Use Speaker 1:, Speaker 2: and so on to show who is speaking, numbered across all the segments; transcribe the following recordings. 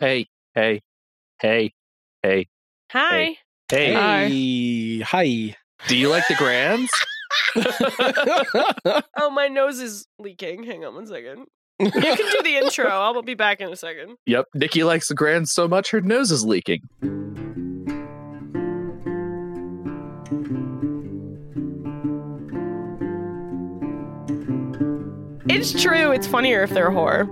Speaker 1: Hey, hey, hey, hey,
Speaker 2: Hi.
Speaker 1: hey.
Speaker 2: Hi.
Speaker 3: Hey, hi.
Speaker 1: Do you like the grands?
Speaker 2: Oh, my nose is leaking. Hang on one second. You can do the intro. I'll be back in a second.
Speaker 1: yep, Nikki likes the grands so much her nose is leaking.
Speaker 2: It's true. It's funnier if they're a whore.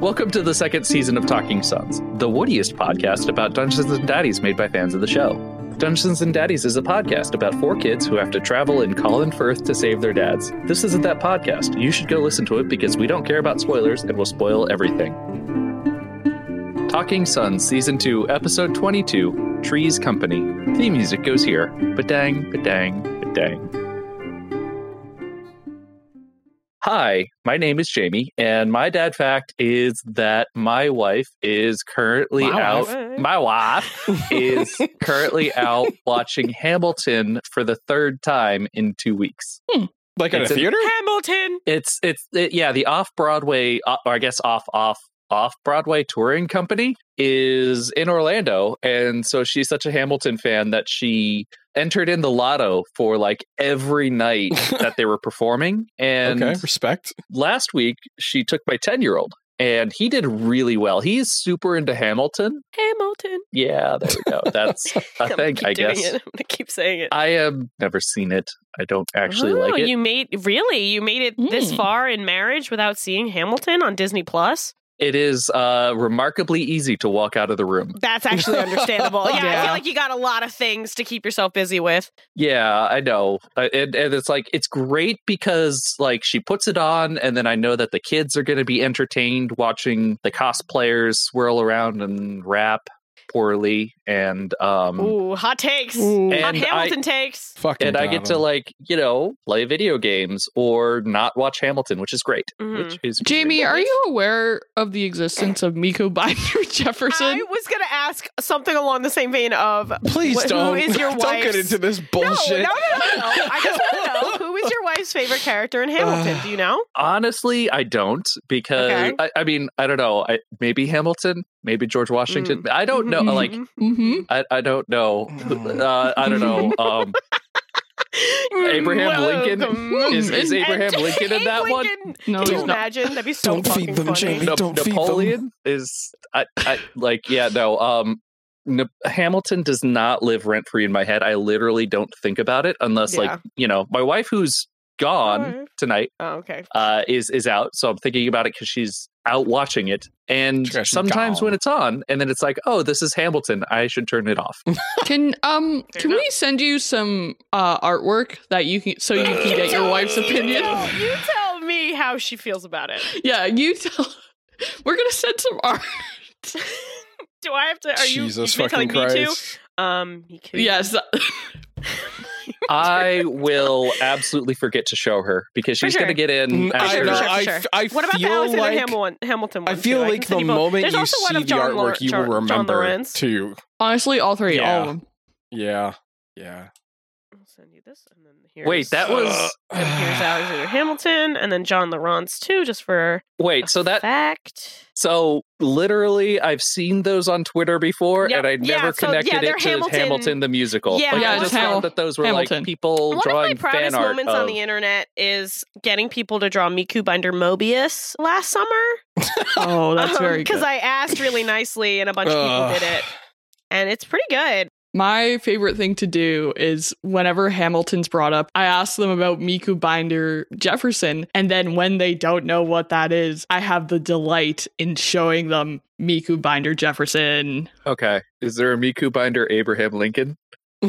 Speaker 1: Welcome to the second season of Talking Sons, the woodiest podcast about Dungeons and Daddies made by fans of the show. Dungeons and Daddies is a podcast about four kids who have to travel in Colin Firth to save their dads. This isn't that podcast. You should go listen to it because we don't care about spoilers and will spoil everything. Talking Sons, Season 2, Episode 22, Trees Company. Theme music goes here. Badang, badang, badang. Hi, my name is Jamie, and my dad fact is that my wife is currently
Speaker 3: My wife?
Speaker 1: out.
Speaker 2: What?
Speaker 1: My wife is currently out watching Hamilton for the third time in two weeks.
Speaker 3: Hmm. like at a
Speaker 1: It's a-
Speaker 3: theater?
Speaker 2: Hamilton.
Speaker 1: It's it's it, yeah, the off Broadway, or I guess off off off Broadway touring company is in Orlando, and so she's such a Hamilton fan that she entered in the lotto for like every night that they were performing, and
Speaker 3: okay, respect.
Speaker 1: last week she took my ten year old. And he did really well. He is super into Hamilton.
Speaker 2: Hamilton.
Speaker 1: Yeah, there we go. That's
Speaker 2: I'm
Speaker 1: a
Speaker 2: gonna
Speaker 1: thing,
Speaker 2: keep
Speaker 1: I
Speaker 2: doing
Speaker 1: guess.
Speaker 2: it. I'm gonna keep saying it.
Speaker 1: I have never seen it. I don't actually
Speaker 2: Oh,
Speaker 1: like it.
Speaker 2: You made really. You made it this
Speaker 4: Mm.
Speaker 2: far in marriage without seeing Hamilton on Disney Plus.
Speaker 1: It is uh, remarkably easy to walk out of the room.
Speaker 2: That's actually understandable. yeah, I
Speaker 4: Yeah.
Speaker 2: feel like you got a lot of things to keep yourself busy with.
Speaker 1: Yeah, I know. Uh, And, and it's like, it's great because, like, she puts it on, and then I know that the kids are going to be entertained watching the cosplayers swirl around and rap poorly. And, um,
Speaker 2: Ooh, hot takes. Hot
Speaker 1: And I-
Speaker 2: Hamilton takes.
Speaker 3: Fucking
Speaker 1: and I get to,
Speaker 3: Bravo.
Speaker 1: like, you know, play video games or not watch Hamilton, which is great.
Speaker 2: Mhm.
Speaker 1: Which is
Speaker 4: Jamie,
Speaker 1: great.
Speaker 4: are you aware of the existence of Miko Binder Jefferson?
Speaker 2: I was gonna ask something along the same vein of
Speaker 3: Please
Speaker 2: wh- who
Speaker 3: don't.
Speaker 2: is your
Speaker 3: don't get
Speaker 2: wife's-
Speaker 3: into this
Speaker 2: no, no, no,
Speaker 3: bullshit.
Speaker 2: no, no. I just want to know who is your wife's favorite character in Hamilton. Do you know?
Speaker 1: Honestly, I don't because
Speaker 2: Okay.
Speaker 1: I, I mean I don't know. I, maybe Hamilton, maybe George Washington.
Speaker 2: Mm.
Speaker 1: I don't know. uh, Like
Speaker 2: Mhm.
Speaker 4: mm-hmm.
Speaker 1: I, I don't know.
Speaker 3: Mm.
Speaker 1: Uh, I don't know. Um, Abraham Lincoln
Speaker 2: Mm-hmm. Welcome.
Speaker 1: is, is
Speaker 2: And-
Speaker 1: Abraham Lincoln in that one?
Speaker 2: Lincoln-
Speaker 4: No,
Speaker 2: Can you
Speaker 4: he's not.
Speaker 2: imagine? That'd be so
Speaker 3: Oh, Don't feed
Speaker 2: fucking
Speaker 3: them,
Speaker 2: funny.
Speaker 3: Jamie.
Speaker 1: Na-
Speaker 3: Don't feed them.
Speaker 1: Napoleon is I, I like yeah no um. Na- Hamilton does not live rent free in my head. I literally don't think about it unless,
Speaker 2: Yeah.
Speaker 1: like, you know, my wife who's gone
Speaker 2: Alright.
Speaker 1: tonight
Speaker 2: Oh, okay.
Speaker 1: uh, is is out, so I'm thinking about it because she's out watching it. And
Speaker 3: Trash is
Speaker 1: sometimes
Speaker 3: gone.
Speaker 1: when it's on, and then it's like, oh, this is Hamilton. I should turn it off.
Speaker 4: Can um
Speaker 2: Fair
Speaker 4: can
Speaker 2: enough.
Speaker 4: we send you some uh artwork that you can so you can get your wife's
Speaker 2: You
Speaker 4: opinion?
Speaker 2: tell, you tell me how she feels about it.
Speaker 4: Yeah, you tell. We're gonna send some art.
Speaker 2: Do I have to? Are you,
Speaker 3: Jesus
Speaker 2: you're
Speaker 3: fucking
Speaker 2: telling me to?
Speaker 3: Christ.
Speaker 2: Um, you could-
Speaker 4: Yes,
Speaker 1: I will absolutely forget to show her because
Speaker 2: For
Speaker 1: she's
Speaker 2: sure.
Speaker 1: going to get in.
Speaker 3: Mm, I
Speaker 1: After.
Speaker 2: know,
Speaker 3: know.
Speaker 2: sure, for
Speaker 3: I,
Speaker 2: sure.
Speaker 3: f- I
Speaker 2: What about the
Speaker 3: feel
Speaker 2: Alexander
Speaker 3: like
Speaker 2: Hamilton, Hamilton one?
Speaker 3: I feel
Speaker 2: too? can
Speaker 3: like the
Speaker 2: send you both.
Speaker 3: moment
Speaker 2: There's
Speaker 3: you
Speaker 2: also one
Speaker 3: see
Speaker 2: of
Speaker 3: the
Speaker 2: John
Speaker 3: artwork,
Speaker 2: Lor-
Speaker 3: you
Speaker 2: John-
Speaker 3: will
Speaker 2: John
Speaker 3: remember
Speaker 2: Lawrence.
Speaker 3: too.
Speaker 4: honestly, all three, all of
Speaker 3: Yeah.
Speaker 4: them.
Speaker 3: Yeah, yeah. Uh,
Speaker 2: I'll send you this, and then here's,
Speaker 1: Wait, that was
Speaker 2: and here's Alexander Hamilton, and then John Lawrence too, just for a
Speaker 1: wait. So that
Speaker 2: fact.
Speaker 1: so literally, I've seen those on Twitter before,
Speaker 2: Yep.
Speaker 1: and I
Speaker 2: Yeah,
Speaker 1: never
Speaker 2: so, yeah,
Speaker 1: connected
Speaker 2: they're
Speaker 1: it to
Speaker 2: Hamilton-
Speaker 1: Hamilton, the musical.
Speaker 2: Yeah,
Speaker 1: Like,
Speaker 4: Yeah,
Speaker 1: I just
Speaker 4: just
Speaker 1: found
Speaker 4: Hamil-
Speaker 1: that those were
Speaker 4: Hamilton.
Speaker 1: like people
Speaker 2: One of
Speaker 1: drawing
Speaker 2: my proudest
Speaker 1: fan art
Speaker 2: moments
Speaker 1: of,
Speaker 2: on the internet is getting people to draw Miku Binder Mobius last summer.
Speaker 4: Oh, that's very
Speaker 2: Because
Speaker 4: good.
Speaker 2: I asked really nicely, and a bunch of
Speaker 3: Ugh.
Speaker 2: people did it, and it's pretty good.
Speaker 4: My favorite thing to do is whenever Hamilton's brought up, I ask them about Miku Binder Jefferson. And then when they don't know what that is, I have the delight in showing them Miku Binder Jefferson.
Speaker 1: Okay, is there a Miku binder Abraham Lincoln?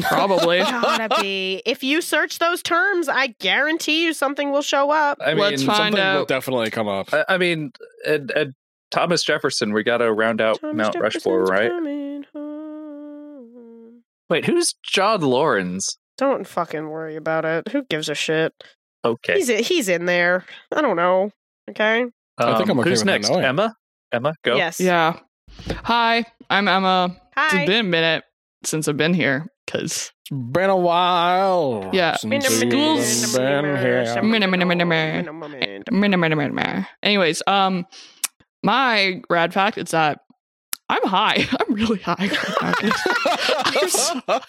Speaker 4: Probably.
Speaker 2: Gotta be. If you search those terms, I guarantee you something will show up.
Speaker 1: I mean,
Speaker 4: Let's find-
Speaker 3: Something will
Speaker 4: out.
Speaker 3: definitely come up.
Speaker 1: I, I mean, and, and Thomas Jefferson. We got to round out Oh, Mount Rushmore, right? Wait, who's John Lawrence?
Speaker 2: Don't fucking worry about it. Who gives a shit?
Speaker 1: Okay,
Speaker 2: He's he's in there. I don't know. Okay.
Speaker 1: um,
Speaker 3: I think I'm okay
Speaker 1: who's
Speaker 3: with not
Speaker 1: next?
Speaker 3: knowing.
Speaker 1: Emma. Emma, go.
Speaker 2: Yes.
Speaker 4: yeah. Hi, I'm Emma. It's
Speaker 2: Hi.
Speaker 4: been a minute since I've been here. because
Speaker 3: Been a while.
Speaker 4: Yeah.
Speaker 3: since
Speaker 4: Schools-
Speaker 3: you've been here.
Speaker 4: anyways, um, my rad fact is that I'm high. I'm really high. right now. I'm so-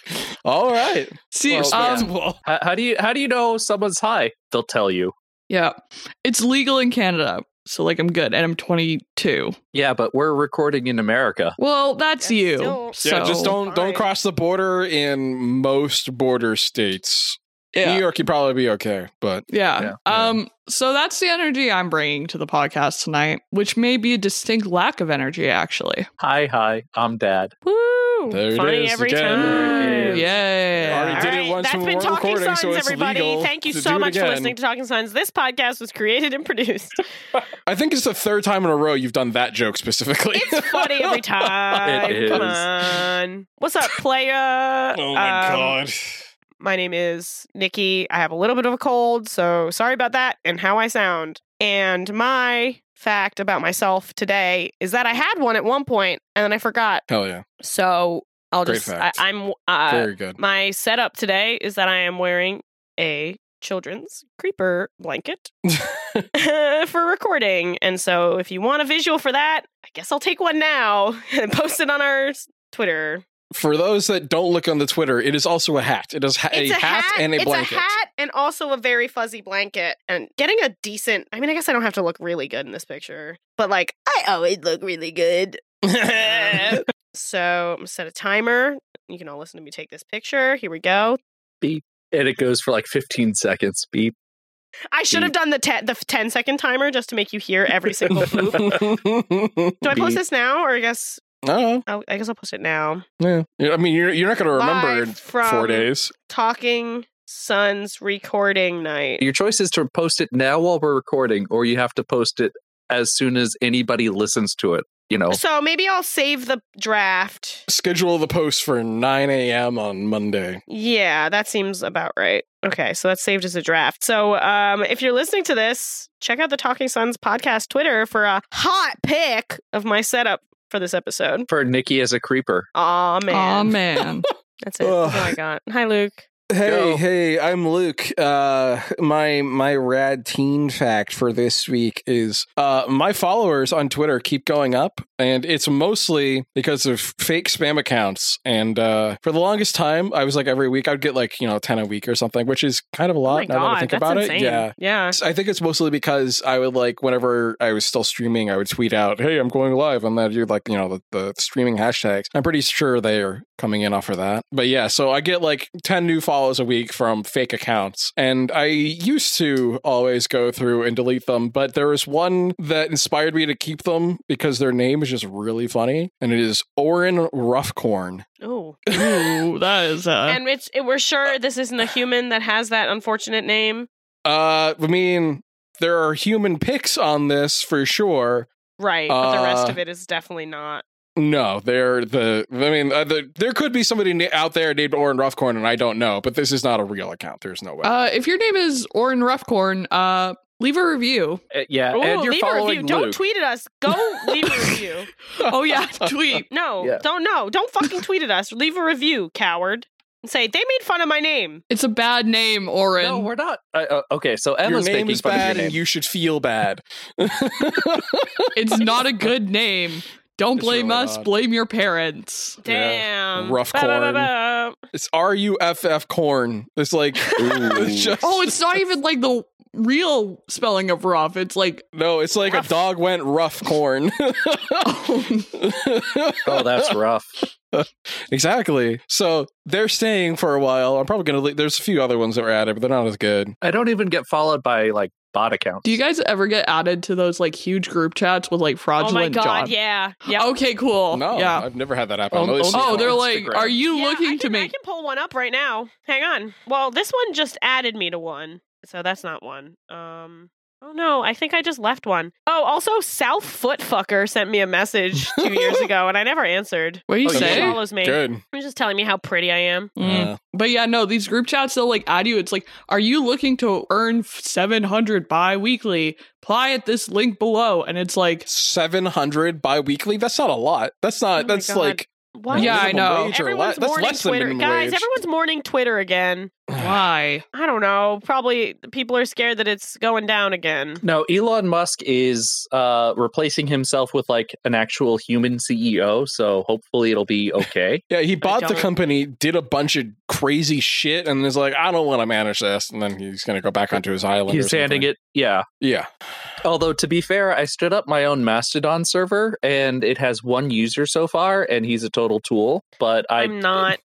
Speaker 3: All right.
Speaker 4: See,
Speaker 3: Well,
Speaker 4: um,
Speaker 3: that's- well,
Speaker 1: How, how do you how do you know someone's high? They'll tell you.
Speaker 4: yeah, it's legal in Canada, so like I'm good, and I'm 22.
Speaker 1: Yeah, but we're recording in America.
Speaker 4: Well, that's
Speaker 2: That's
Speaker 4: you.
Speaker 2: still-
Speaker 4: so,
Speaker 3: yeah, just don't don't
Speaker 2: Fine.
Speaker 3: cross the border in most border states.
Speaker 4: Yeah.
Speaker 3: New York, you'd probably be okay, but
Speaker 4: Yeah.
Speaker 3: Yeah.
Speaker 4: Um. So that's the energy I'm bringing to the podcast tonight, which may be a distinct lack of energy, actually.
Speaker 1: Hi, hi, I'm Dad.
Speaker 2: Woo!
Speaker 3: There it
Speaker 2: Funny
Speaker 3: is
Speaker 2: every
Speaker 3: again.
Speaker 2: time.
Speaker 1: Yes.
Speaker 4: Yeah.
Speaker 3: Already did it
Speaker 2: All right,
Speaker 3: once
Speaker 2: that's
Speaker 3: when we
Speaker 2: been
Speaker 3: weren't
Speaker 2: Talking
Speaker 3: recording,
Speaker 2: Signs,
Speaker 3: so it's
Speaker 2: everybody.
Speaker 3: legal
Speaker 2: Thank you
Speaker 3: to
Speaker 2: so
Speaker 3: do it
Speaker 2: much for
Speaker 3: again.
Speaker 2: listening to Talking Signs. This podcast was created and produced.
Speaker 3: I think it's the third time in a row you've done that joke specifically.
Speaker 2: It's funny every time.
Speaker 1: It
Speaker 2: Come
Speaker 1: is.
Speaker 2: on. What's up, playa?
Speaker 3: Oh
Speaker 2: Um, My name is Nikki. I have a little bit of a cold, so sorry about that and how I sound. And my fact about myself today is that I had one at one point and then I forgot.
Speaker 3: Hell yeah.
Speaker 2: So I'll
Speaker 3: Great
Speaker 2: just
Speaker 3: fact.
Speaker 2: I, I'm uh,
Speaker 3: Very good.
Speaker 2: my setup today is that I am wearing a children's creeper blanket for recording. And so if you want a visual for that, I guess I'll take one now and post it on our s- Twitter.
Speaker 3: For those that don't look on the Twitter, it is also a hat. It is ha- a, hat, and a
Speaker 2: it's
Speaker 3: blanket.
Speaker 2: a hat and also a very fuzzy blanket. And getting a decent I mean, I guess I don't have to look really good in this picture. But like I always look really good. so I'm gonna set a timer. You can all listen to me take this picture. Here we go.
Speaker 1: And it goes for like 15 seconds. Beep.
Speaker 2: I should have done the te- the 10 second timer just to make you hear every single poop. Do I post
Speaker 1: Beep.
Speaker 2: this now, or I guess
Speaker 3: No,
Speaker 2: I'll, I guess I'll post it now?
Speaker 3: Oh, yeah. I mean, you're, you're not going to remember in
Speaker 2: Live from
Speaker 3: four days.
Speaker 2: Talking Sons recording night.
Speaker 1: Your choice is to post it now while we're recording, or you have to post it as soon as anybody listens to it. You know,
Speaker 2: So maybe I'll save the draft.
Speaker 3: Schedule the post for 9 a.m. on Monday.
Speaker 2: Yeah, that seems about right. Okay, so that's saved as a draft. So um, if you're listening to this, check out the Talking Sons podcast Twitter for a hot pick of my setup for this episode.
Speaker 1: for Nikki as a creeper.
Speaker 2: Aw, man.
Speaker 4: Aw, man.
Speaker 2: That's it. That's all I
Speaker 3: Ugh.
Speaker 2: got. Hi, Luke.
Speaker 3: Hey,
Speaker 1: Go.
Speaker 3: hey, I'm Luke. Uh my my rad teen fact for this week is uh my followers on Twitter keep going up and it's mostly because of fake spam accounts and uh for the longest time I was like every week I'd get like, you know, 10 a week or something, which is kind of a
Speaker 2: Oh
Speaker 3: lot
Speaker 2: my
Speaker 3: now that
Speaker 2: God,
Speaker 3: I think
Speaker 2: that's
Speaker 3: about
Speaker 2: insane.
Speaker 3: it. Yeah.
Speaker 2: Yeah.
Speaker 3: I think it's mostly because I would like whenever I was still streaming, I would tweet out, "Hey, I'm going live," and then do like you know the, the streaming hashtags. I'm pretty sure they are coming in off of that. But yeah, so I get like ten new follows a week from fake accounts, and I used to always go through and delete them. But there was one that inspired me to keep them because their name is just really funny, and it is Orin Roughcorn.
Speaker 2: Oh.
Speaker 4: Ooh, that is. Uh,
Speaker 2: and it's it, we're sure this isn't a human that has that unfortunate name,
Speaker 3: Uh, I mean. There are human pics on this for sure,
Speaker 2: right? But the rest
Speaker 3: Uh,
Speaker 2: of it is definitely not.
Speaker 3: No, they're the. I mean, uh, the, there could be somebody na- out there named Orin Roughcorn, and I don't know. But this is not a real account. There's no way.
Speaker 4: uh, if your name is Orin Roughcorn, uh, leave a review.
Speaker 1: Uh, yeah,
Speaker 2: Ooh,
Speaker 1: and you're
Speaker 2: leave a
Speaker 1: following
Speaker 2: review.
Speaker 1: Luke.
Speaker 2: Don't tweet at us. Go leave a review.
Speaker 4: Oh yeah, tweet.
Speaker 2: No,
Speaker 1: Yeah.
Speaker 2: don't. No, don't fucking tweet at us. Leave a review, coward, and say they made fun of my name.
Speaker 4: It's a bad name, Orin.
Speaker 1: No, we're not. Uh, uh, okay, so Emma's
Speaker 3: your name
Speaker 1: making
Speaker 3: is
Speaker 1: fun
Speaker 3: bad,
Speaker 1: of your
Speaker 3: and
Speaker 1: name.
Speaker 3: you should feel bad.
Speaker 4: it's not a good name. Don't
Speaker 3: It's
Speaker 4: blame
Speaker 3: really
Speaker 4: us.
Speaker 3: not.
Speaker 4: Blame your parents.
Speaker 2: Damn,
Speaker 3: Rough
Speaker 2: Ba-ba-ba-ba.
Speaker 3: it's R U F F corn. It's like it's just-
Speaker 4: Oh, it's not even like the real spelling of rough. It's like
Speaker 3: no. It's like
Speaker 2: Rough.
Speaker 3: a dog went rough corn.
Speaker 4: oh,
Speaker 1: oh, that's rough.
Speaker 3: exactly. So they're staying for a while. I'm probably gonna. leave There's a few other ones that were added, but they're not as good.
Speaker 1: I don't even get followed by like bot accounts.
Speaker 4: Do you guys ever get added to those like huge group chats with like
Speaker 2: Oh
Speaker 4: fraudulent
Speaker 2: my god.
Speaker 4: job? Oh,
Speaker 2: Yeah. Yeah.
Speaker 4: Okay, cool.
Speaker 3: No,
Speaker 4: yeah.
Speaker 3: I've never had that happen.
Speaker 1: Oh,
Speaker 3: At least-
Speaker 1: no.
Speaker 4: Oh, they're
Speaker 1: on
Speaker 4: like,
Speaker 1: Instagram.
Speaker 4: are you
Speaker 2: Yeah, I
Speaker 4: looking to
Speaker 2: can- I
Speaker 4: make?
Speaker 2: can pull one up right now. Hang on. Well, this one just added me to one, so that's not one. Um. Oh no, I think I just left one. Oh, also South Foot Fucker sent me a message two years ago, and I never answered.
Speaker 4: What do you
Speaker 1: Oh,
Speaker 2: He
Speaker 1: Say? yeah.
Speaker 2: follows me.
Speaker 3: good.
Speaker 2: He's just telling me how pretty I am.
Speaker 4: Mm.
Speaker 3: Uh,
Speaker 4: But yeah, no, these group chats they'll like add you. It's like, are you looking to earn seven hundred bi-weekly? Apply at this link below, and it's like,
Speaker 3: 700 bi-weekly that's not a lot that's
Speaker 2: Oh
Speaker 3: not
Speaker 2: my
Speaker 3: that's
Speaker 2: God.
Speaker 3: like
Speaker 2: Why?
Speaker 4: Yeah, I
Speaker 3: Minimum
Speaker 4: know.
Speaker 3: wage or
Speaker 2: Everyone's
Speaker 3: le- that's
Speaker 2: mourning
Speaker 3: less than
Speaker 2: Twitter.
Speaker 3: minimum
Speaker 2: Guys,
Speaker 3: wage.
Speaker 2: everyone's mourning Twitter again.
Speaker 4: Why?
Speaker 2: I don't know. Probably people are scared that it's going down again.
Speaker 1: No, Elon Musk is uh, replacing himself with like an actual human CEO, so hopefully it'll be okay.
Speaker 3: Yeah, he bought the
Speaker 2: don't-
Speaker 3: company, did a bunch of crazy shit, and is like, I don't want to manage this. And then he's going to go back onto his island.
Speaker 1: He's handing it, yeah.
Speaker 3: Yeah.
Speaker 1: Although to be fair, I stood up my own Mastodon server, and it has one user so far, and he's a total tool. But I,
Speaker 2: I'm not.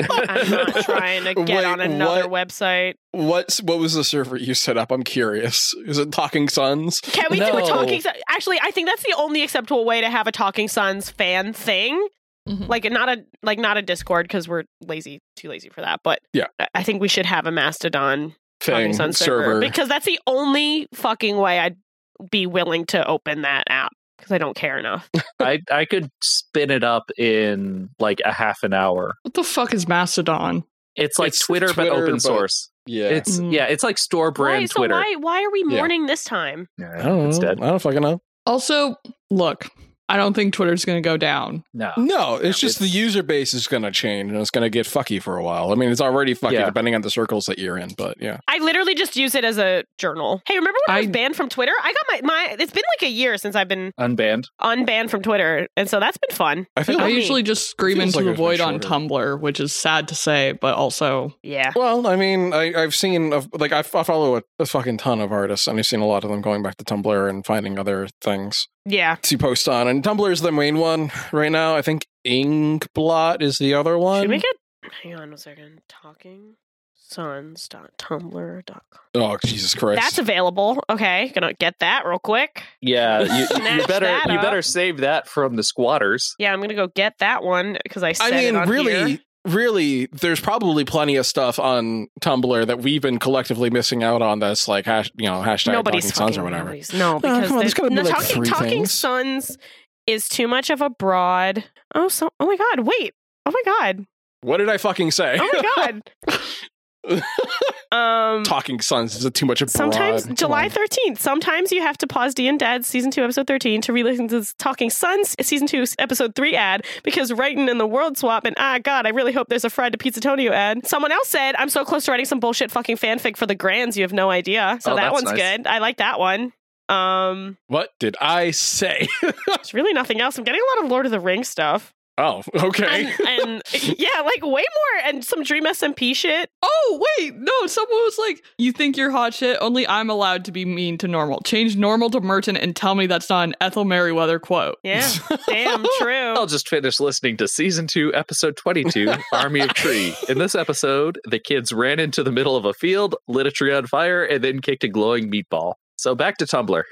Speaker 2: I'm not trying to get
Speaker 3: Wait,
Speaker 2: on another website.
Speaker 3: What's what was the server you set up? I'm curious. Is it Talking Sons?
Speaker 2: Can we do
Speaker 1: No.
Speaker 2: a talking? Son- Actually, I think that's the only acceptable way to have a Talking Sons fan thing.
Speaker 4: Mhm.
Speaker 2: Like not a like not a Discord because we're lazy, too lazy for that. But
Speaker 3: Yeah.
Speaker 2: I- I think we should have a Mastodon
Speaker 3: Thing
Speaker 2: Talking Sons server,
Speaker 3: server.
Speaker 2: because that's the only fucking way I'd be willing to open that app because I don't care enough.
Speaker 1: I, I could spin it up in like a half an hour.
Speaker 4: What the fuck is Mastodon?
Speaker 1: It's like
Speaker 3: It's
Speaker 1: Twitter,
Speaker 3: Twitter,
Speaker 1: but open
Speaker 3: but-
Speaker 1: source.
Speaker 3: yeah.
Speaker 1: It's
Speaker 4: Mm.
Speaker 1: yeah, it's like store brand
Speaker 2: why,
Speaker 1: Twitter.
Speaker 2: So why why are we
Speaker 3: Yeah.
Speaker 2: mourning this time?
Speaker 1: Yeah,
Speaker 3: I don't
Speaker 1: It's
Speaker 3: know.
Speaker 1: dead.
Speaker 3: I don't fucking know.
Speaker 4: Also, look, I don't think Twitter's going to go down.
Speaker 1: No.
Speaker 2: Oh.
Speaker 3: No, it's just the
Speaker 1: It's-
Speaker 3: user base is going to change and it's going to get fucky for a while. I mean, it's already fucky
Speaker 1: Yeah.
Speaker 3: depending on the circles that you're in, but yeah.
Speaker 2: I literally just use it as a journal. Hey, remember when I, was
Speaker 4: I-
Speaker 2: banned from Twitter? I got my my. It's been like a year since I've been
Speaker 1: Unbanned.
Speaker 2: unbanned from Twitter, and so that's been fun.
Speaker 3: I feel
Speaker 4: I
Speaker 2: Tell
Speaker 3: like,
Speaker 2: me.
Speaker 4: usually just scream
Speaker 3: Feels
Speaker 4: into
Speaker 3: like it
Speaker 4: the
Speaker 3: was much
Speaker 4: void on
Speaker 3: shorter.
Speaker 4: Tumblr, which is sad to say, but also
Speaker 2: Yeah.
Speaker 3: well, I mean, I, I've seen, of- like, I, f- I follow a, a fucking ton of artists and I've seen a lot of them going back to Tumblr and finding other things
Speaker 2: Yeah.
Speaker 3: to post on. And Tumblr is the main one right now. I think Inkblot is the other one.
Speaker 2: Should we get hang on a second. Talking sons.tumblr.com.
Speaker 3: oh, Jesus Christ.
Speaker 2: That's available. Okay. Gonna get that real quick.
Speaker 1: Yeah, you- you,
Speaker 2: Snatch
Speaker 1: better
Speaker 2: that
Speaker 1: you
Speaker 2: up.
Speaker 1: better save that from the squatters.
Speaker 2: Yeah, I'm gonna go get that one because I said
Speaker 3: I
Speaker 2: it
Speaker 3: mean,
Speaker 2: on
Speaker 3: really,
Speaker 2: here.
Speaker 3: really, there's probably plenty of stuff on Tumblr that we've been collectively missing out on. That's like hash, you know, hashtag
Speaker 2: nobody's talking
Speaker 3: talking sons or whatever.
Speaker 2: nobody's- No, because
Speaker 3: Uh, come on,
Speaker 2: the-
Speaker 3: there's gotta be
Speaker 2: the
Speaker 3: like
Speaker 2: talking,
Speaker 3: three
Speaker 2: talking
Speaker 3: things.
Speaker 2: sons is too much of a broad. Oh, so oh my god, wait. Oh my god.
Speaker 3: What did I fucking say?
Speaker 2: Oh my god. um
Speaker 3: talking sons is too much of
Speaker 2: Sometimes July 13th. Sometimes you have to pause D and Dad season 2 episode 13 to re-listen to this Talking Sons season 2 episode 3 ad because writing in the World Swap and ah god, I really hope there's a fried to Pizzatonio ad. Someone else said, "I'm so close to writing some bullshit fucking fanfic for the Grands, you have no idea." So
Speaker 1: Oh, that's
Speaker 2: that one's
Speaker 1: nice.
Speaker 2: good. I like that one. Um
Speaker 3: What did I say?
Speaker 2: there's really nothing else. I'm getting a lot of Lord of the Rings stuff.
Speaker 3: oh, okay.
Speaker 2: And, and yeah, like way more and some Dream SMP shit.
Speaker 4: Oh wait, no, someone was like, You think you're hot shit, only I'm allowed to be mean to normal. Change normal to Merton and tell me that's not an Ethel Merriweather quote.
Speaker 2: Yeah. Damn
Speaker 1: I'll
Speaker 2: true.
Speaker 1: just finish listening to season two, episode 22, Army of Tree. In this episode, the kids ran into the middle of a field, lit a tree on fire, and then kicked a glowing meatball. So back to Tumblr.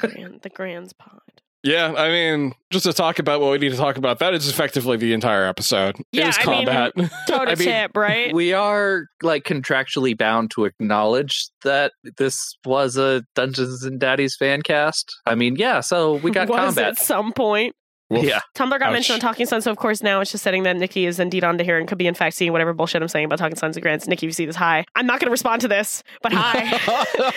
Speaker 2: Grand- the Grands pod.
Speaker 3: yeah, I mean, just to talk about what we need to talk about, that is effectively the entire episode.
Speaker 2: Yeah,
Speaker 3: it is
Speaker 2: I mean-
Speaker 3: combat.
Speaker 2: Toe to
Speaker 1: I mean,
Speaker 2: tip, right?
Speaker 1: We are like contractually bound to acknowledge that this was a Dungeons and Daddies fan cast. I mean, yeah, so we got
Speaker 2: was
Speaker 1: combat.
Speaker 2: at some point.
Speaker 3: Woof.
Speaker 1: Yeah.
Speaker 2: Tumblr got
Speaker 3: Ouch.
Speaker 2: mentioned on Talking Sons, so of course now it's just setting that Nikki is indeed onto here and could be in fact seeing whatever bullshit I'm saying about Talking Sons and Grants. Nikki, you see this? Hi. I'm not going to respond to this, but hi.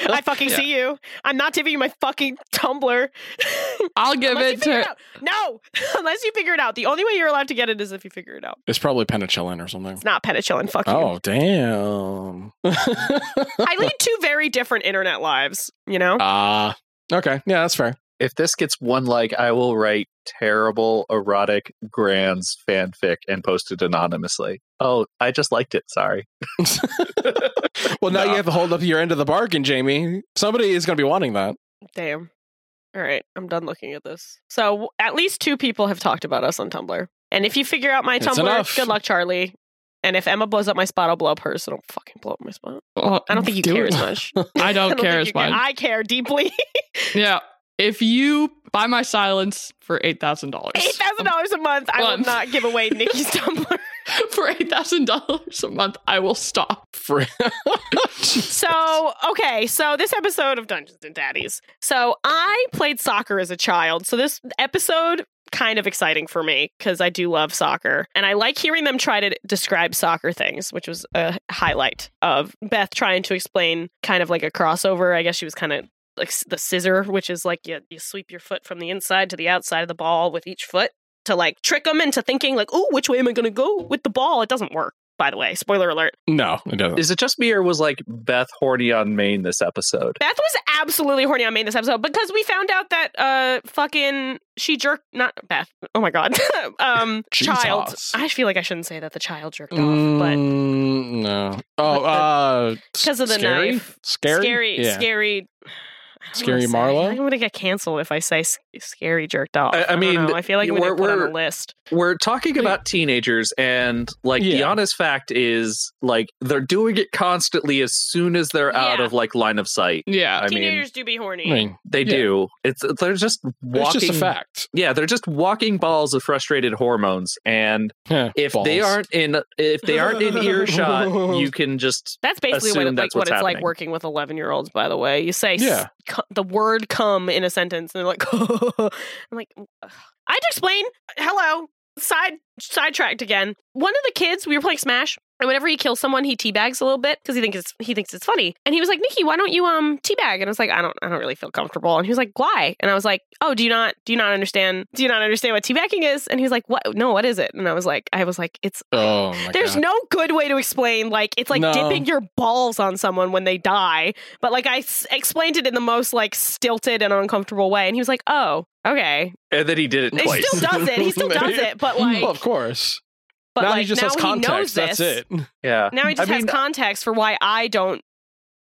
Speaker 2: I fucking
Speaker 1: Yeah.
Speaker 2: see you. I'm not giving you my fucking Tumblr.
Speaker 4: I'll give
Speaker 2: Unless you
Speaker 4: it
Speaker 2: figure it
Speaker 4: to
Speaker 2: out. No, unless you figure it out. The only way you're allowed to get it is if you figure it out.
Speaker 3: it's probably penicillin or something.
Speaker 2: It's not penicillin. Fuck you.
Speaker 3: Oh, damn.
Speaker 2: I lead two very different internet lives. You know.
Speaker 4: Uh,
Speaker 3: Ah, okay. Yeah, that's fair.
Speaker 1: if this gets one like, I will write terrible erotic grands fanfic and post it anonymously. Oh, I just liked it. Sorry.
Speaker 3: Well, now
Speaker 1: No.
Speaker 3: you have to hold up your end of the bargain, Jamie. Somebody is going to be wanting that.
Speaker 2: Damn. All right, I'm done looking at this. So w- at least two people have talked about us on Tumblr. And if you figure out my
Speaker 3: That's
Speaker 2: Tumblr,
Speaker 3: enough.
Speaker 2: good luck, Charlie. And if Emma blows up my spot, I'll blow up hers. So don't fucking blow up my spot.
Speaker 4: Oh,
Speaker 2: I don't think you
Speaker 4: do
Speaker 2: care
Speaker 4: it.
Speaker 2: as much.
Speaker 4: I don't,
Speaker 2: think
Speaker 4: care
Speaker 2: you
Speaker 4: as much.
Speaker 2: I care deeply.
Speaker 4: yeah. If you buy my silence for eight thousand dollars.
Speaker 2: Eight thousand dollars a month. I will
Speaker 4: Month.
Speaker 2: not give away Nikki's Tumblr.
Speaker 4: for eight thousand dollars a month, I will stop.
Speaker 3: For-
Speaker 2: So okay, so this episode of Dungeons and Daddies. So I played soccer as a child. So this episode kind of exciting for me because I do love soccer and I like hearing them try to describe soccer things, which was a highlight of Beth trying to explain kind of like a crossover. I guess she was kind of like s- the scissor, which is like you, you sweep your foot from the inside to the outside of the ball with each foot. to like trick them into thinking like, "Ooh, which way am I going to go with the ball?" It doesn't work. By the way, spoiler alert.
Speaker 3: No, it doesn't.
Speaker 1: Is it just me or was like Beth horny on Maine this episode?
Speaker 2: Beth was absolutely horny on Maine this episode because we found out that uh fucking she jerked not Beth. Oh my god. um child.
Speaker 3: Jesus.
Speaker 2: I feel like I shouldn't say that the child jerked off, but
Speaker 3: Mm, no. Oh,
Speaker 2: the-
Speaker 3: uh,
Speaker 2: 'cause of the
Speaker 3: scary?
Speaker 2: knife.
Speaker 3: Scary,
Speaker 2: scary,
Speaker 3: Yeah.
Speaker 2: scary. I don't
Speaker 3: Scary
Speaker 2: wanna say-
Speaker 3: Marlowe?
Speaker 2: I'm gonna get canceled if I say s- scary jerked off.
Speaker 1: I- I
Speaker 2: don't
Speaker 1: mean,
Speaker 2: know. I feel like we
Speaker 1: we're-
Speaker 2: need to put on
Speaker 1: we're-
Speaker 2: a list.
Speaker 1: We're talking about teenagers, and like the
Speaker 3: Yeah.
Speaker 1: honest fact is, like they're doing it constantly as soon as they're out
Speaker 2: Yeah.
Speaker 1: of like line of sight.
Speaker 4: Yeah.
Speaker 1: I mean,
Speaker 2: Teenagers do be horny.
Speaker 3: I mean,
Speaker 1: they
Speaker 3: Yeah.
Speaker 1: do. It's they're just
Speaker 3: it's
Speaker 1: walking.
Speaker 3: just a fact.
Speaker 1: Yeah, they're just walking balls of frustrated hormones, and
Speaker 3: Yeah,
Speaker 1: if they
Speaker 3: balls.
Speaker 1: aren't in if they aren't in earshot, you can just
Speaker 2: That's basically what,
Speaker 1: Assume
Speaker 2: it,
Speaker 1: that's
Speaker 2: like, what
Speaker 1: what's
Speaker 2: it's like
Speaker 1: happening.
Speaker 2: working with 11 year olds, by the way. You say s-
Speaker 3: Yeah.
Speaker 2: cu- the word come in a sentence, and they're like, I'm like, ugh. I'd explain. Hello. Side sidetracked again. One of the kids, we were playing Smash, and whenever he kills someone, he teabags a little bit because he thinks it's he thinks it's funny. And he was like, Nikki, why don't you um teabag? And I was like, I don't I don't really feel comfortable. And he was like, Why? And I was like, Oh, do you not do you not understand do you not understand what teabagging is? And he was like, What no, what is it? And I was like, I was like, it's
Speaker 3: Oh my
Speaker 2: there's
Speaker 3: god.
Speaker 2: no good way to explain. Like it's like
Speaker 3: No.
Speaker 2: dipping your balls on someone when they die. But like I s- explained it in the most like stilted and uncomfortable way, and he was like, "Oh, okay."
Speaker 1: and then he did it
Speaker 2: He
Speaker 1: twice.
Speaker 2: still does it. He still does it. But like,
Speaker 3: well, of course.
Speaker 2: but
Speaker 3: now
Speaker 2: like
Speaker 3: he just
Speaker 2: now
Speaker 3: has
Speaker 2: he knows
Speaker 3: context.
Speaker 2: this.
Speaker 3: That's it. uh
Speaker 1: yeah,
Speaker 2: Now he just
Speaker 1: I
Speaker 2: has
Speaker 1: mean-
Speaker 2: context for why I don't.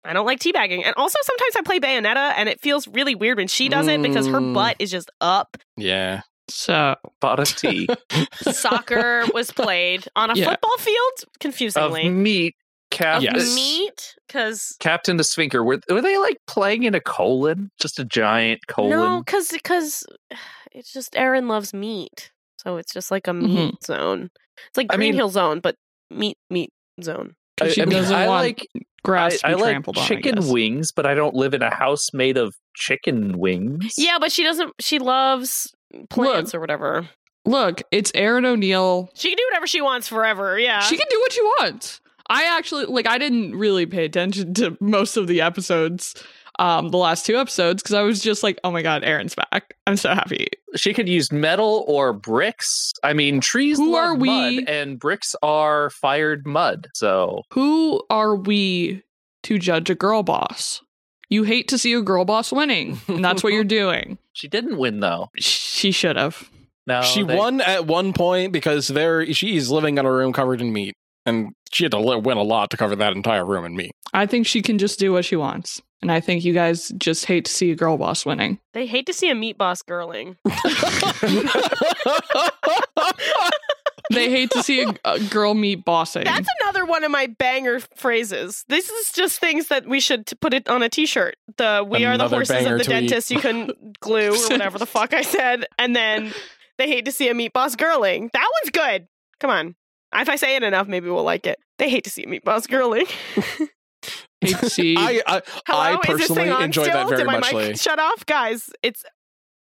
Speaker 2: I don't like teabagging, and also sometimes I play Bayonetta, and it feels really weird when she does it because her
Speaker 3: Mm.
Speaker 2: butt is just up.
Speaker 3: Yeah.
Speaker 4: So
Speaker 1: bought a tea
Speaker 2: Soccer was played on a
Speaker 4: Yeah.
Speaker 2: football field,
Speaker 1: of
Speaker 2: confusingly.
Speaker 1: meat. Cap-
Speaker 2: Of
Speaker 3: Yes.
Speaker 2: meat, because
Speaker 1: Captain to Sphinxer. Were, were they like playing in a colon? Just a giant colon?
Speaker 2: No, because because it's just Aaron loves meat, so it's just like a meat zone. It's like
Speaker 1: I
Speaker 2: Green
Speaker 1: mean-
Speaker 2: Hill Zone, but meat meat zone.
Speaker 1: I,
Speaker 4: she
Speaker 1: I mean,
Speaker 4: doesn't
Speaker 1: I
Speaker 4: want
Speaker 1: like
Speaker 4: grass
Speaker 1: I, I
Speaker 4: to be
Speaker 1: like
Speaker 4: trampled
Speaker 1: chicken
Speaker 4: on. I guess.
Speaker 1: wings, but I don't live in a house made of chicken wings.
Speaker 2: Yeah, but she doesn't. She loves plants or whatever.
Speaker 4: Look, it's Aaron O'Neill.
Speaker 2: She can do whatever she wants forever. Yeah,
Speaker 4: She can do what she wants. I actually like I didn't really pay attention to most of the episodes, um, the last two episodes, because I was just like, oh my god, Aaron's back. I'm so happy.
Speaker 1: she could use metal or bricks. I mean, trees
Speaker 4: Who
Speaker 1: love
Speaker 4: are we?
Speaker 1: mud, and bricks are fired mud. So
Speaker 4: Who are we to judge a girl boss? You hate to see a girl boss winning, and that's what you're doing.
Speaker 1: she didn't win though.
Speaker 4: She should have.
Speaker 2: Oh,
Speaker 1: No,
Speaker 3: she
Speaker 1: they-
Speaker 3: won at one point because there she's living in a room covered in meat, and she had to li- win a lot to cover that entire room in meat.
Speaker 4: I think she can just do what she wants. And I think you guys just hate to see a girl boss winning.
Speaker 2: They hate to see a meat boss girling.
Speaker 4: They hate to see a, a girl meet bossing.
Speaker 2: That's another one of my banger phrases. This is just things that we should t- put it on a T-shirt. The "We are the
Speaker 3: Another
Speaker 2: horses
Speaker 3: banger
Speaker 2: of the
Speaker 3: tweet.
Speaker 2: dentist." You couldn't glue or whatever the fuck I said, and then they hate to see a meat boss girling. That one's good. Come on, if I say it enough, maybe we'll like it. They hate to see a meat boss girling.
Speaker 4: hate to see
Speaker 3: I I,
Speaker 2: Hello,
Speaker 3: I
Speaker 2: is this
Speaker 3: personally
Speaker 2: thing on
Speaker 3: enjoyed
Speaker 2: still?
Speaker 3: that very
Speaker 2: Did my
Speaker 3: much.
Speaker 2: mic
Speaker 3: Lee.
Speaker 2: shut off, guys? It's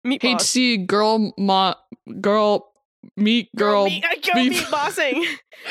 Speaker 2: meat
Speaker 4: hate to
Speaker 2: boss.
Speaker 4: see girl ma girl meet girl.
Speaker 2: meat, I go
Speaker 4: meat-
Speaker 2: meat bossing.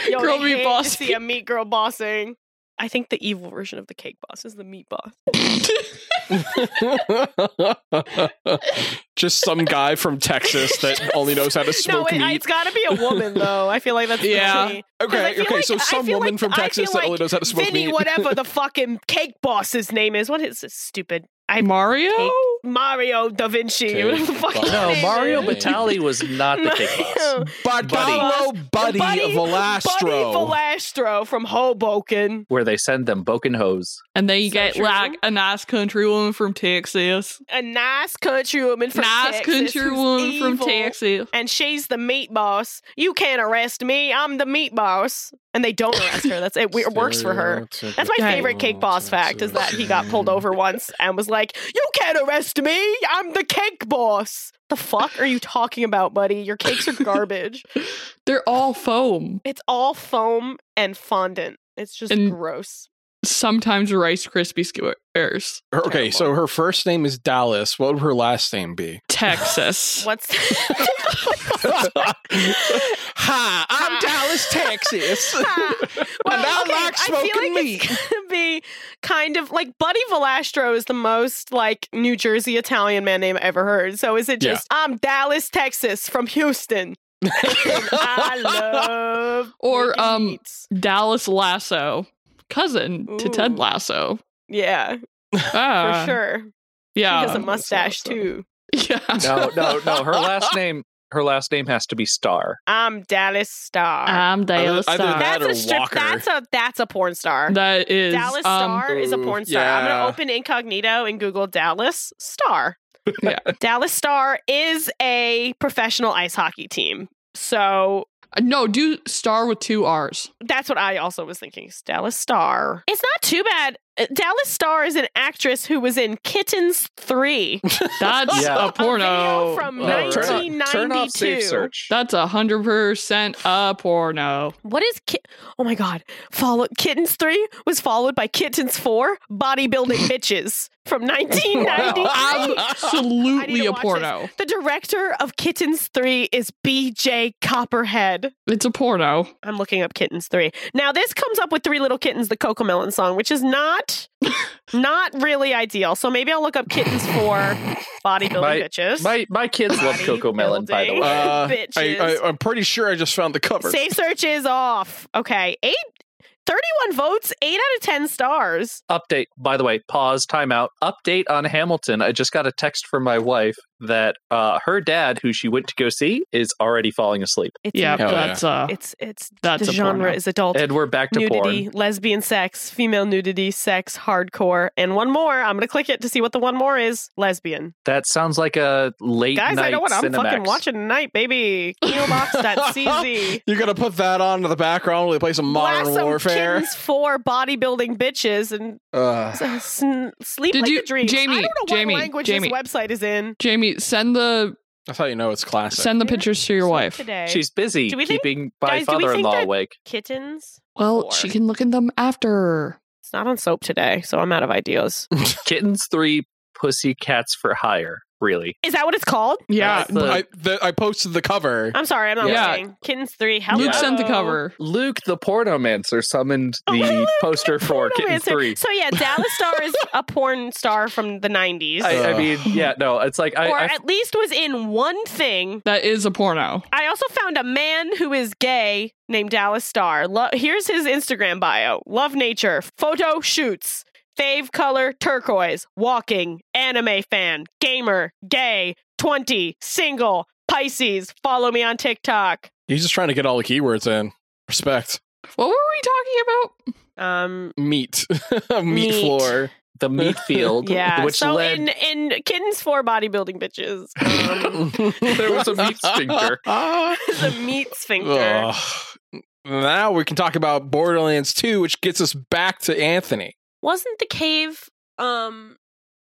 Speaker 2: Yo,
Speaker 4: Girl
Speaker 2: they
Speaker 4: meat
Speaker 2: hate
Speaker 4: bossing.
Speaker 2: To see a meat girl bossing. I think the evil version of the cake boss is the meat boss.
Speaker 3: Just some guy from Texas that only knows how to
Speaker 2: No,
Speaker 3: smoke
Speaker 2: it,
Speaker 3: meat.
Speaker 2: it's got to be a woman though. I feel like that's
Speaker 4: Yeah.
Speaker 2: Vinny. 'Cause I
Speaker 3: okay,
Speaker 2: feel
Speaker 3: okay.
Speaker 2: like-
Speaker 3: so
Speaker 2: I
Speaker 3: some
Speaker 2: feel
Speaker 3: woman
Speaker 2: like-
Speaker 3: from
Speaker 2: I feel
Speaker 3: Texas that
Speaker 2: like
Speaker 3: only knows how to smoke
Speaker 2: Vinny,
Speaker 3: meat.
Speaker 2: whatever the fucking cake boss's name is. What is this stupid? I
Speaker 4: Mario?
Speaker 2: Cake- Mario da Vinci.
Speaker 3: Cake
Speaker 2: whatever the fuck
Speaker 3: boss.
Speaker 2: his
Speaker 1: No,
Speaker 2: name
Speaker 1: Mario
Speaker 2: is.
Speaker 3: Hey.
Speaker 1: Batali was not the kick boss.
Speaker 3: But
Speaker 1: Buddy.
Speaker 3: Buffalo Buddy,
Speaker 2: Buddy-
Speaker 3: Velastro.
Speaker 2: Buddy Velastro from Hoboken.
Speaker 1: Where they send them boken hoes.
Speaker 4: And then you
Speaker 2: So
Speaker 4: get
Speaker 2: true.
Speaker 4: like a nice country woman from Texas.
Speaker 2: A nice country woman from
Speaker 4: nice
Speaker 2: Texas
Speaker 4: country
Speaker 2: who's
Speaker 4: woman from
Speaker 2: evil,
Speaker 4: Texas.
Speaker 2: And she's the meat boss. You can't arrest me. I'm the meat boss. And they don't arrest her. That's it. We- It works for her. That's my
Speaker 4: Right.
Speaker 2: favorite cake boss fact is that he got pulled over once and was like, You can't arrest me. I'm the cake boss. The fuck are you talking about, buddy? Your cakes are garbage.
Speaker 4: They're all foam.
Speaker 2: it's all foam and fondant. It's just
Speaker 4: And-
Speaker 2: gross.
Speaker 4: Sometimes Rice Krispie squares.
Speaker 3: Her- okay, so her first name is Dallas. What would her last name be?
Speaker 4: Texas.
Speaker 2: What's
Speaker 3: Hi, I'm Dallas, Texas.
Speaker 2: Ah, well,
Speaker 3: And I
Speaker 2: okay,
Speaker 3: like
Speaker 2: I feel
Speaker 3: smoking
Speaker 2: like it's gonna be kind of like Buddy Velastro is the most like New Jersey Italian man name I ever heard. So is it
Speaker 3: Yeah.
Speaker 2: just I'm Dallas, Texas from Houston? I love
Speaker 4: Or
Speaker 2: Nikki
Speaker 4: um
Speaker 2: Beats.
Speaker 4: Dallas Lasso, cousin to Ted
Speaker 2: Ooh.
Speaker 4: Lasso.
Speaker 2: yeah, for
Speaker 4: Ah,
Speaker 2: sure.
Speaker 4: Yeah.
Speaker 2: she has a mustache
Speaker 3: Lasso.
Speaker 2: too.
Speaker 4: yeah.
Speaker 1: No, no, no. Her last name, her last name has to be Star.
Speaker 2: I'm Dallas Star.
Speaker 4: I'm Dallas
Speaker 3: Either- either
Speaker 4: Star.
Speaker 3: that
Speaker 2: that's
Speaker 3: or
Speaker 2: a strip.
Speaker 3: Walker.
Speaker 2: That's a that's a porn star.
Speaker 4: that is
Speaker 2: Dallas
Speaker 4: um,
Speaker 2: Star is a porn
Speaker 3: ooh,
Speaker 2: star. I'm
Speaker 3: yeah.
Speaker 2: gonna open incognito and Google Dallas Star.
Speaker 4: Yeah.
Speaker 2: Dallas Star is a professional ice hockey team. So
Speaker 4: um, No, do Star with two R's.
Speaker 2: that's what I also was thinking. is Dallas Star. It's not too bad. Uh, Dallas Star is an actress who was in Kittens 3.
Speaker 4: That's
Speaker 1: Yeah.
Speaker 4: a porno.
Speaker 2: video from
Speaker 4: Oh,
Speaker 1: No, turn off- Turn off
Speaker 2: 1992.
Speaker 1: safe search.
Speaker 4: That's a hundred percent a porno.
Speaker 2: What is ki- Oh my god. Follow Kittens 3 was followed by Kittens 4, Bodybuilding Bitches from 1993. I need
Speaker 4: Absolutely
Speaker 2: to
Speaker 4: a
Speaker 2: watch
Speaker 4: porno.
Speaker 2: The director of Kittens 3 is BJ Copperhead.
Speaker 4: It's a porno.
Speaker 2: I'm looking up Kittens 3. Now this comes up with Three Little Kittens the Cocomelon song, which is not not really ideal. So maybe I'll look up Kittens 4 bodybuilding
Speaker 1: My-
Speaker 2: bitches.
Speaker 1: My my kids love
Speaker 2: Body
Speaker 1: Coco Melon, by the
Speaker 2: building.
Speaker 1: way.
Speaker 3: Uh, I,
Speaker 2: Bitches.
Speaker 3: I, I'm pretty sure I just found the cover.
Speaker 2: Safe search is off. Okay. 8 31 votes, 8 out of 10 stars.
Speaker 1: Uh, Update, by the way, pause, timeout. Update on Hamilton. I just got a text from my wife that uh, her dad, who she went to go see, is already falling asleep,
Speaker 2: It's
Speaker 4: Yeah,
Speaker 3: Hell yeah.
Speaker 4: that's uh
Speaker 2: it's it's
Speaker 4: That's
Speaker 2: the
Speaker 4: a
Speaker 2: genre
Speaker 4: porno.
Speaker 2: is adult
Speaker 1: and we're back to
Speaker 2: nudity,
Speaker 1: porn.
Speaker 2: lesbian sex, female nudity, sex, hardcore, and one more. I'm gonna click it to see what the one more is. Lesbian.
Speaker 1: That sounds like a late
Speaker 2: Guys,
Speaker 1: night
Speaker 2: I know what I'm
Speaker 1: Cinemax.
Speaker 2: fucking watching tonight, baby. Keelbox.cz.
Speaker 3: You're gonna put that on in the background while they play some modern
Speaker 2: Blast some
Speaker 3: warfare.
Speaker 2: kittens for bodybuilding bitches and
Speaker 3: Uh,
Speaker 2: s- sleep
Speaker 4: Did
Speaker 2: like
Speaker 4: you-
Speaker 2: a dream.
Speaker 4: Jamie,
Speaker 2: I don't know what
Speaker 4: Jamie,
Speaker 2: language
Speaker 4: Jamie.
Speaker 2: this website is in.
Speaker 4: Jamie, send the
Speaker 3: I thought you know it's classic.
Speaker 4: send the pictures to your
Speaker 2: So
Speaker 4: wife.
Speaker 2: today.
Speaker 1: She's busy
Speaker 2: Do we think-
Speaker 1: keeping my
Speaker 2: guys, do we think
Speaker 1: father-in-law
Speaker 2: that-
Speaker 1: awake.
Speaker 2: kittens.
Speaker 4: Well,
Speaker 2: Four.
Speaker 4: she can look at them after.
Speaker 2: It's not on soap today, so I'm out of ideas.
Speaker 1: Kittens three, pussy cats for hire. Really?
Speaker 2: Is that what it's called?
Speaker 1: Yeah.
Speaker 4: Yeah.
Speaker 1: the-
Speaker 3: I, the, I posted the cover.
Speaker 2: I'm sorry, I'm not
Speaker 4: Yeah.
Speaker 2: listening. Kittens three. Hello.
Speaker 4: Luke sent the cover.
Speaker 1: Luke the pornomancer summoned
Speaker 2: Oh,
Speaker 1: the
Speaker 2: Luke
Speaker 1: poster for
Speaker 2: Porno
Speaker 1: Kittens
Speaker 2: Mancer.
Speaker 1: three.
Speaker 2: So yeah, Dallas Star is a porn star from the '90s,
Speaker 1: I, I
Speaker 3: Ugh.
Speaker 1: mean, yeah, no, it's like I,
Speaker 2: or
Speaker 1: I
Speaker 2: at least was in one thing.
Speaker 4: That is a porno.
Speaker 2: I also found a man who is gay named Dallas Starr. Lo- Here's his Instagram bio Love nature, photo shoots, fave color turquoise, walking, anime fan, gamer, gay, 20, single, Pisces, follow me on TikTok.
Speaker 3: He's just trying to get all the keywords in. Respect.
Speaker 4: What were we talking about?
Speaker 2: Um,
Speaker 3: Meat. Meat,
Speaker 2: Meat.
Speaker 3: floor.
Speaker 1: the meat field,
Speaker 2: yeah.
Speaker 1: which
Speaker 2: so
Speaker 1: led
Speaker 2: in, in Kittens for Bodybuilding Bitches, um,
Speaker 3: there
Speaker 1: was a meat sphincter.
Speaker 2: the meat sphincter.
Speaker 3: Ugh. Now we can talk about Borderlands 2, which gets us back to Anthony.
Speaker 2: Wasn't the cave, um,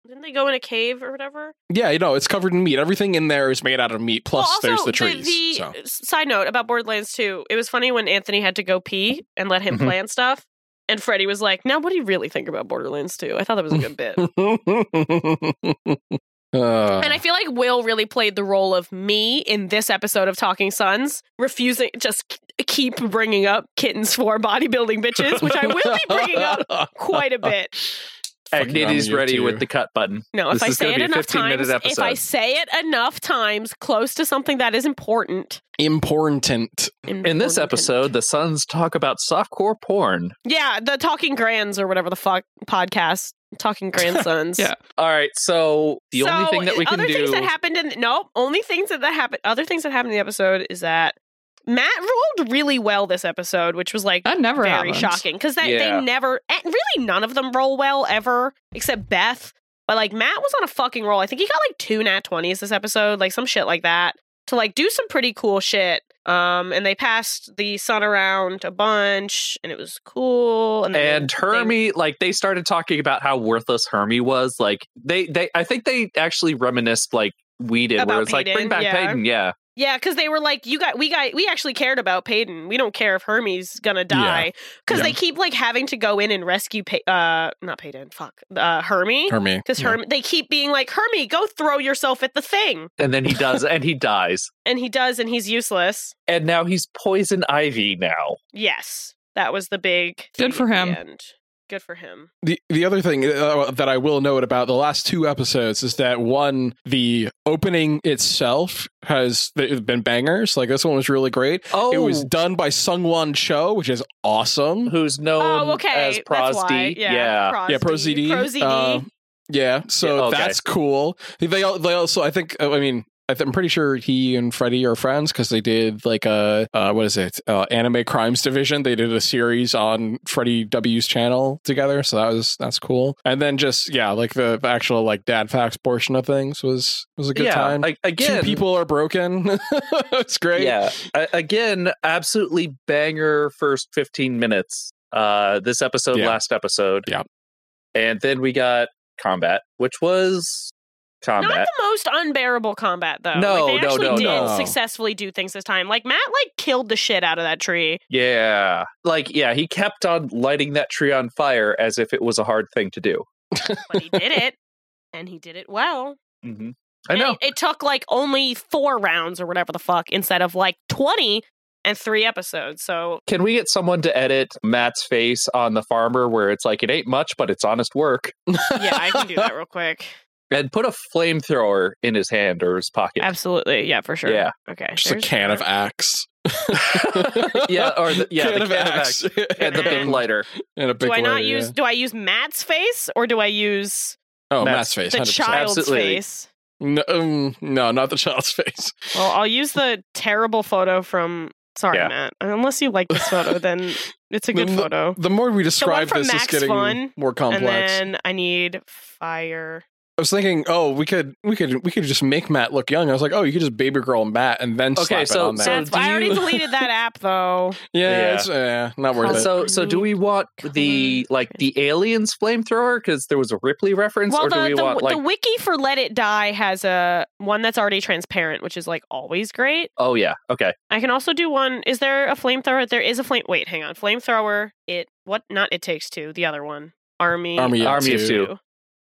Speaker 2: didn't they go in a cave or whatever?
Speaker 3: Yeah, you know, it's covered in meat. Everything in there is made out of meat, plus
Speaker 2: Well, also,
Speaker 3: there's the trees. so.
Speaker 2: s- Side note about Borderlands 2, it was funny when Anthony had to go pee and let him
Speaker 1: Mhm.
Speaker 2: plan stuff. And Freddie was like, now what do you really think about Borderlands 2? I thought that was a good bit.
Speaker 3: Uh,
Speaker 2: And I feel like Will really played the role of me in this episode of Talking Sons, refusing just k- keep bringing up kittens for bodybuilding bitches, which I will be bringing up quite a bit.
Speaker 1: and
Speaker 3: Fucking
Speaker 1: it is
Speaker 3: on you
Speaker 1: ready
Speaker 3: too.
Speaker 1: with the cut button.
Speaker 2: No, if
Speaker 1: This
Speaker 2: I
Speaker 1: is gonna
Speaker 2: say it
Speaker 1: be a
Speaker 2: enough
Speaker 1: 15-minute
Speaker 2: times, if I
Speaker 1: episode.
Speaker 2: say it enough times close to something that is important.
Speaker 3: important.
Speaker 1: In this episode, the sons talk about softcore porn.
Speaker 2: Yeah, the Talking Grands or whatever the fuck podcast, Talking Grandsons.
Speaker 4: Yeah.
Speaker 1: All right, so the
Speaker 2: So,
Speaker 1: only thing that we can
Speaker 2: other
Speaker 1: do
Speaker 2: things that happened in nope, only things that, that happened other things that happened in the episode is that Matt rolled really well this episode, which was like
Speaker 4: That never
Speaker 2: very
Speaker 4: happens.
Speaker 2: shocking because they,
Speaker 1: Yeah.
Speaker 2: they never and really none of them roll well ever except Beth. But like Matt was on a fucking roll. I think he got like two nat twenties this episode, like some shit like that to like do some pretty cool shit. Um, and they passed the sun around a bunch, and it was cool. And, then
Speaker 1: and
Speaker 2: they-
Speaker 1: Hermie, like they started talking about how worthless Hermie was. Like they, they, I think they actually reminisced like we did, where
Speaker 2: About
Speaker 1: it's like bring
Speaker 2: Peyton,
Speaker 1: back
Speaker 2: yeah.
Speaker 1: Peyton, yeah.
Speaker 2: Yeah, because they were like, "You got, we got, we actually cared about Peyton. We don't care if Hermes gonna die." Because
Speaker 3: Yeah.
Speaker 2: they keep like having to go in and rescue, Pey- uh, not Peyton, fuck, uh, Hermie.
Speaker 3: Hermie.
Speaker 2: Because Herm, they keep being like, "Hermie, go throw yourself at the thing,"
Speaker 1: And then he does, and he dies,
Speaker 2: and he does, and he's useless.
Speaker 1: and now he's poison ivy now.
Speaker 2: Yes, that was the big. thing
Speaker 4: Good for
Speaker 2: at the
Speaker 4: him.
Speaker 2: end. Good for him.
Speaker 3: The the other thing uh, that I will note about the last two episodes is that one, the opening itself has it's been bangers. Like this one was really great.
Speaker 1: Oh,
Speaker 3: It was done by Sungwon Cho, which is awesome.
Speaker 1: who's known
Speaker 2: oh, okay.
Speaker 1: Um, as
Speaker 2: That's
Speaker 1: Prosdy.
Speaker 2: why. Yeah.
Speaker 3: Yeah, Pro ZD.
Speaker 2: Pro ZD.
Speaker 3: Uh,
Speaker 4: um,
Speaker 3: yeah, so
Speaker 1: Yeah, okay.
Speaker 3: that's cool. They al- they also I think uh, I mean I th- I'm pretty sure he and Freddie are friends because they did like a uh, what is it uh, anime crimes division. They did a series on Freddie W's channel together, so that was that's cool. And then just yeah, like the, the actual like dad facts portion of things was was a good
Speaker 1: yeah,
Speaker 3: time.
Speaker 1: a- again,
Speaker 3: Two people are broken. it's great.
Speaker 1: Yeah, a- again, absolutely banger first 15 minutes. Uh, this episode,
Speaker 3: Yeah.
Speaker 1: last episode.
Speaker 3: Yeah.
Speaker 1: And then we got combat, which was
Speaker 2: Not
Speaker 1: combat.
Speaker 2: the most unbearable combat though.
Speaker 1: No,
Speaker 2: like, they
Speaker 1: no,
Speaker 2: actually
Speaker 1: no,
Speaker 2: did
Speaker 3: no.
Speaker 2: successfully do things this time. Like Matt like killed the shit out of that tree.
Speaker 1: yeah. Like, yeah, he kept on lighting that tree on fire as if it was a hard thing to do.
Speaker 2: but he did it and he did it well
Speaker 1: Mm-hmm. I
Speaker 2: And
Speaker 1: know.
Speaker 2: it, it took like only four rounds or whatever the fuck instead of like 20 and three episodes so
Speaker 1: Can we get someone to edit Matt's face on the farmer where it's like, it ain't much, but it's honest work?
Speaker 2: yeah i can do that real quick
Speaker 1: And put a flamethrower in his hand or his pocket.
Speaker 2: absolutely yeah for sure
Speaker 1: Yeah.
Speaker 2: okay
Speaker 3: Just a
Speaker 2: there's
Speaker 3: can
Speaker 2: your-
Speaker 3: of axe.
Speaker 1: yeah, or the, yeah,
Speaker 3: can
Speaker 1: the
Speaker 3: of
Speaker 1: can of
Speaker 3: axe.
Speaker 1: And the big
Speaker 2: And-
Speaker 1: lighter.
Speaker 3: and a big
Speaker 2: do i not
Speaker 3: lighter,
Speaker 2: use
Speaker 3: yeah.
Speaker 2: do i use matt's face or do i use
Speaker 3: Oh,
Speaker 1: Matt's-
Speaker 3: Matt's face.
Speaker 2: the
Speaker 3: 100%.
Speaker 2: child's
Speaker 1: Absolutely.
Speaker 2: face
Speaker 3: No, um, no, not the child's face.
Speaker 2: well i'll use the terrible photo from sorry
Speaker 1: Yeah.
Speaker 2: matt unless you like this photo oh, then it's a good
Speaker 3: The- the-
Speaker 2: photo
Speaker 3: The more we describe
Speaker 2: from
Speaker 3: this, it's
Speaker 2: Max
Speaker 3: getting
Speaker 2: Fun,
Speaker 3: more
Speaker 2: and
Speaker 3: complex.
Speaker 2: then i need fire
Speaker 3: I was thinking, oh, we could, we could, we could just make Matt look young. I was like, oh, you could just baby girl Matt and then
Speaker 1: Okay,
Speaker 3: slap
Speaker 1: so-
Speaker 3: it on there.
Speaker 1: so-
Speaker 2: That's
Speaker 1: do
Speaker 2: why I already
Speaker 1: you-
Speaker 2: deleted that app though.
Speaker 3: yeah,
Speaker 1: Yeah.
Speaker 3: It's, yeah, not worth it.
Speaker 1: So, so do we want the like the aliens flamethrower because there was a Ripley reference,
Speaker 2: Well,
Speaker 1: or do
Speaker 2: the,
Speaker 1: we
Speaker 2: the,
Speaker 1: want like
Speaker 2: the wiki for Let It Die has a one that's already transparent, which is like always great.
Speaker 1: oh yeah, okay,
Speaker 2: I can also do one. Is there a flamethrower? There is a flame. Wait, hang on. Flamethrower. It what? Not it takes two. The other one. Army.
Speaker 3: Army of
Speaker 1: Army of
Speaker 3: Two.
Speaker 1: Two.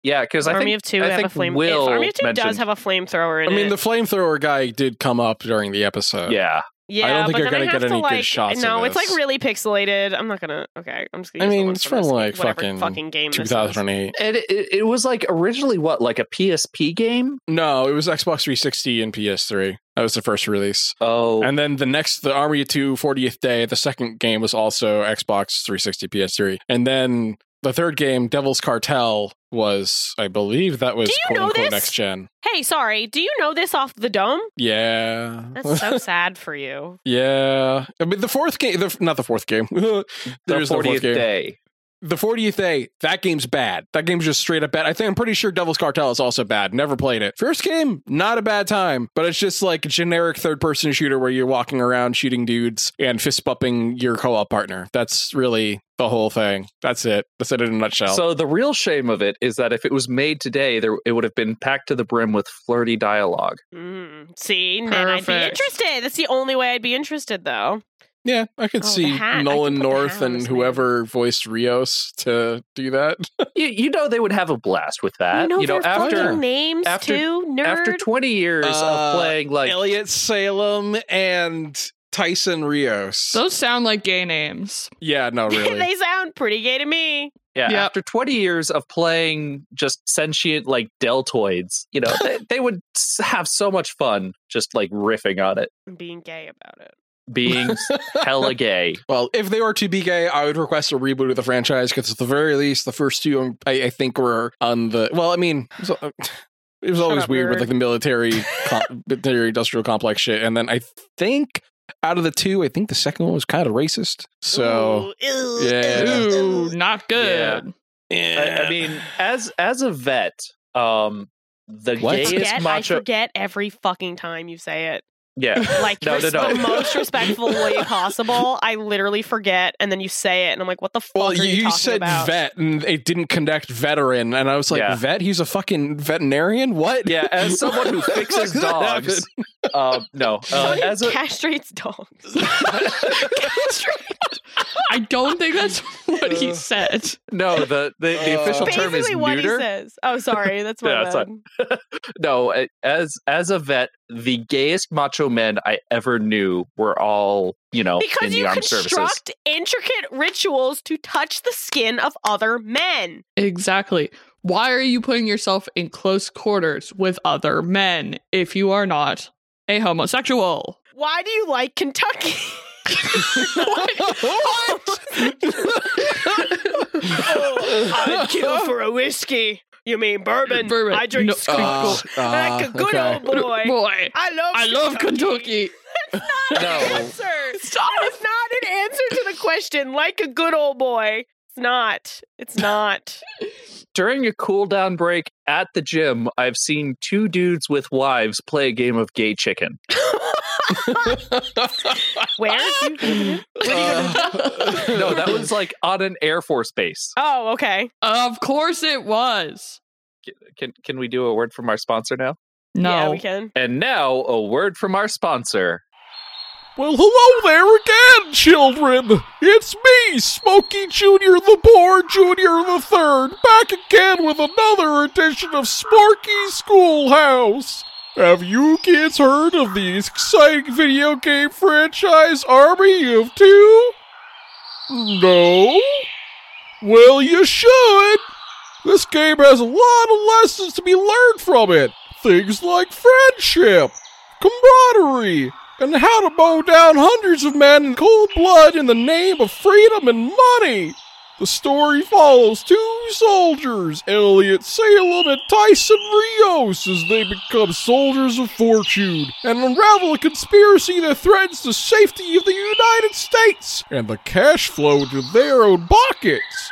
Speaker 1: yeah, because I
Speaker 2: Army
Speaker 1: think
Speaker 2: of two
Speaker 1: I
Speaker 2: have a
Speaker 1: think
Speaker 2: flame.
Speaker 1: Will
Speaker 2: if Army of two
Speaker 1: mentioned-
Speaker 2: does have a flamethrower in
Speaker 3: I mean,
Speaker 2: it.
Speaker 3: the flamethrower guy did come up during the episode.
Speaker 1: yeah,
Speaker 2: yeah,
Speaker 3: I don't think
Speaker 2: but
Speaker 3: you're
Speaker 2: then
Speaker 3: gonna
Speaker 2: I have
Speaker 3: get
Speaker 2: to,
Speaker 3: any good
Speaker 2: like,
Speaker 3: shots of
Speaker 2: No, it's like
Speaker 3: this.
Speaker 2: really pixelated. I'm not gonna. Okay, I'm just gonna.
Speaker 3: I
Speaker 2: use the
Speaker 3: mean,
Speaker 2: one
Speaker 3: it's
Speaker 2: this-
Speaker 3: from, like,
Speaker 2: whatever
Speaker 3: fucking
Speaker 2: fucking game. this is.
Speaker 3: 2008.
Speaker 1: and it- it, it was like originally what like a PSP game.
Speaker 3: No, it was Xbox 360 and PS3. That was the first release.
Speaker 1: Oh,
Speaker 3: And then the next, the Army of Two 40th Day, the second game was also Xbox 360, PS3. And then the third game, Devil's Cartel, was, I believe that was
Speaker 2: Do you
Speaker 3: quote
Speaker 2: know
Speaker 3: unquote
Speaker 2: this?
Speaker 3: next gen.
Speaker 2: Hey, sorry. Do you know this off the dome?
Speaker 3: Yeah.
Speaker 2: That's so sad for you.
Speaker 3: yeah. I mean, the fourth game, the, not the fourth game.
Speaker 1: the
Speaker 3: there's no
Speaker 1: fortieth
Speaker 3: fourth game.
Speaker 1: day.
Speaker 3: The 40th Day, that game's bad. That game's just straight up bad. I think I'm pretty sure Devil's Cartel is also bad. Never played it. First game, not a bad time, but it's just like a generic third person shooter where you're walking around shooting dudes and fist bumping your co op partner. That's really the whole thing. That's it. That's it in a nutshell.
Speaker 1: So the real shame of it is that if it was made today, there it would have been packed to the brim with flirty dialogue.
Speaker 2: Mm, see, and then I'd be
Speaker 4: Perfect.
Speaker 2: interested. That's the only way I'd be interested, though.
Speaker 3: yeah, I could
Speaker 2: Oh,
Speaker 3: see
Speaker 2: the hat. I
Speaker 3: Nolan
Speaker 2: could put the
Speaker 3: North
Speaker 2: hat on
Speaker 3: and
Speaker 2: his man.
Speaker 3: whoever voiced Rios to do that.
Speaker 1: you, you know they would have a blast with
Speaker 3: Uh,
Speaker 1: that.
Speaker 2: you know, their
Speaker 1: after
Speaker 2: fucking names
Speaker 1: after-
Speaker 2: too, nerd.
Speaker 1: after twenty years
Speaker 3: Uh,
Speaker 1: of playing like
Speaker 3: Elliot Salem and Tyson Rios.
Speaker 4: Those sound like gay names.
Speaker 3: yeah, no, really.
Speaker 2: they sound pretty gay to me.
Speaker 1: Yeah,
Speaker 4: Yeah.
Speaker 1: after 20 years of playing just sentient like deltoids, you know, they, they would s- have so much fun just like riffing on it,
Speaker 2: I'm being gay about it.
Speaker 1: being hella gay.
Speaker 3: Well, if they were to be gay, I would request a reboot of the franchise because at the very least, the first two, um, I, I think, were on the. Well, I mean, it was, uh, it was
Speaker 2: Shut
Speaker 3: always
Speaker 2: up,
Speaker 3: weird with
Speaker 2: nerd.
Speaker 3: like the military, com- military industrial complex shit, and then I think out of the two, I think the second one was kind of racist. So
Speaker 2: Ooh, ew,
Speaker 3: Yeah.
Speaker 2: ew,
Speaker 4: Ooh,
Speaker 2: ew.
Speaker 4: not good.
Speaker 1: I,
Speaker 3: eh.
Speaker 1: I mean, as as a vet, um the
Speaker 3: What?
Speaker 1: gayest
Speaker 2: forget, I
Speaker 1: macho
Speaker 2: forget every fucking time you say it.
Speaker 1: Yeah.
Speaker 2: Like
Speaker 1: No, no,
Speaker 2: res-
Speaker 1: no.
Speaker 2: the most respectful way possible. I literally forget, and then you say it, and I'm like, "What the fuck?"
Speaker 3: Well,
Speaker 2: are you,
Speaker 3: you, you
Speaker 2: talking
Speaker 3: said
Speaker 2: about?
Speaker 3: vet, and it didn't connect veteran, and I was like,
Speaker 1: Yeah.
Speaker 3: vet? He's a fucking veterinarian? What?
Speaker 1: Yeah, as someone who fixes
Speaker 3: What the fuck
Speaker 1: dogs,
Speaker 3: happened?
Speaker 1: Um, no, uh,
Speaker 2: Someone who
Speaker 1: as a,
Speaker 2: castrates dogs.
Speaker 4: I don't think that's what he said.
Speaker 1: no, Uh, the the, the
Speaker 3: Uh,
Speaker 1: official term is
Speaker 2: Basically, what he
Speaker 1: neuter.
Speaker 2: says. Oh, sorry, that's my
Speaker 1: Yeah,
Speaker 2: bad.
Speaker 1: it's No, a- as as a vet, the gayest macho men I ever knew were all you know in
Speaker 2: Because
Speaker 1: the
Speaker 2: you
Speaker 1: armed services.
Speaker 2: construct intricate rituals to touch the skin of other men.
Speaker 4: Exactly. Why are you putting yourself in close quarters with other men if you are not a homosexual?
Speaker 2: Why do you like Kentucky?
Speaker 3: What?
Speaker 2: I'd kill for a whiskey. You mean bourbon?
Speaker 4: Bourbon.
Speaker 2: I drink
Speaker 4: No,
Speaker 2: Squeak.
Speaker 4: uh,
Speaker 2: like a good old boy.
Speaker 4: Boy,
Speaker 2: I love.
Speaker 4: I love Kentucky.
Speaker 1: No,
Speaker 2: Answer. That is not an answer to the question. Like a good old boy. It's not. It's not.
Speaker 1: during a cool down break at the gym, I've seen two dudes with wives play a game of gay chicken.
Speaker 2: Where? Do you live in?
Speaker 1: No, that was like on an Air Force base.
Speaker 2: oh, okay.
Speaker 4: Of course it was.
Speaker 1: Can can we do a word from our sponsor now?
Speaker 4: No.
Speaker 2: Yeah, we can.
Speaker 1: And now a word from our sponsor.
Speaker 5: Well, hello there again, children! It's me, Smokey Jr. the Boar Jr. the Third, back again with another edition of Sparky Schoolhouse! Have you kids heard of the exciting video game franchise Army of Two? No? Well, you should! This game has a lot of lessons to be learned from it. Things like friendship, camaraderie, and how to mow down hundreds of men in cold blood in the name of freedom and money. The story follows two soldiers, Elliot Salem and Tyson Rios, as they become soldiers of fortune and unravel a conspiracy that threatens the safety of the United States and the cash flow to their own pockets.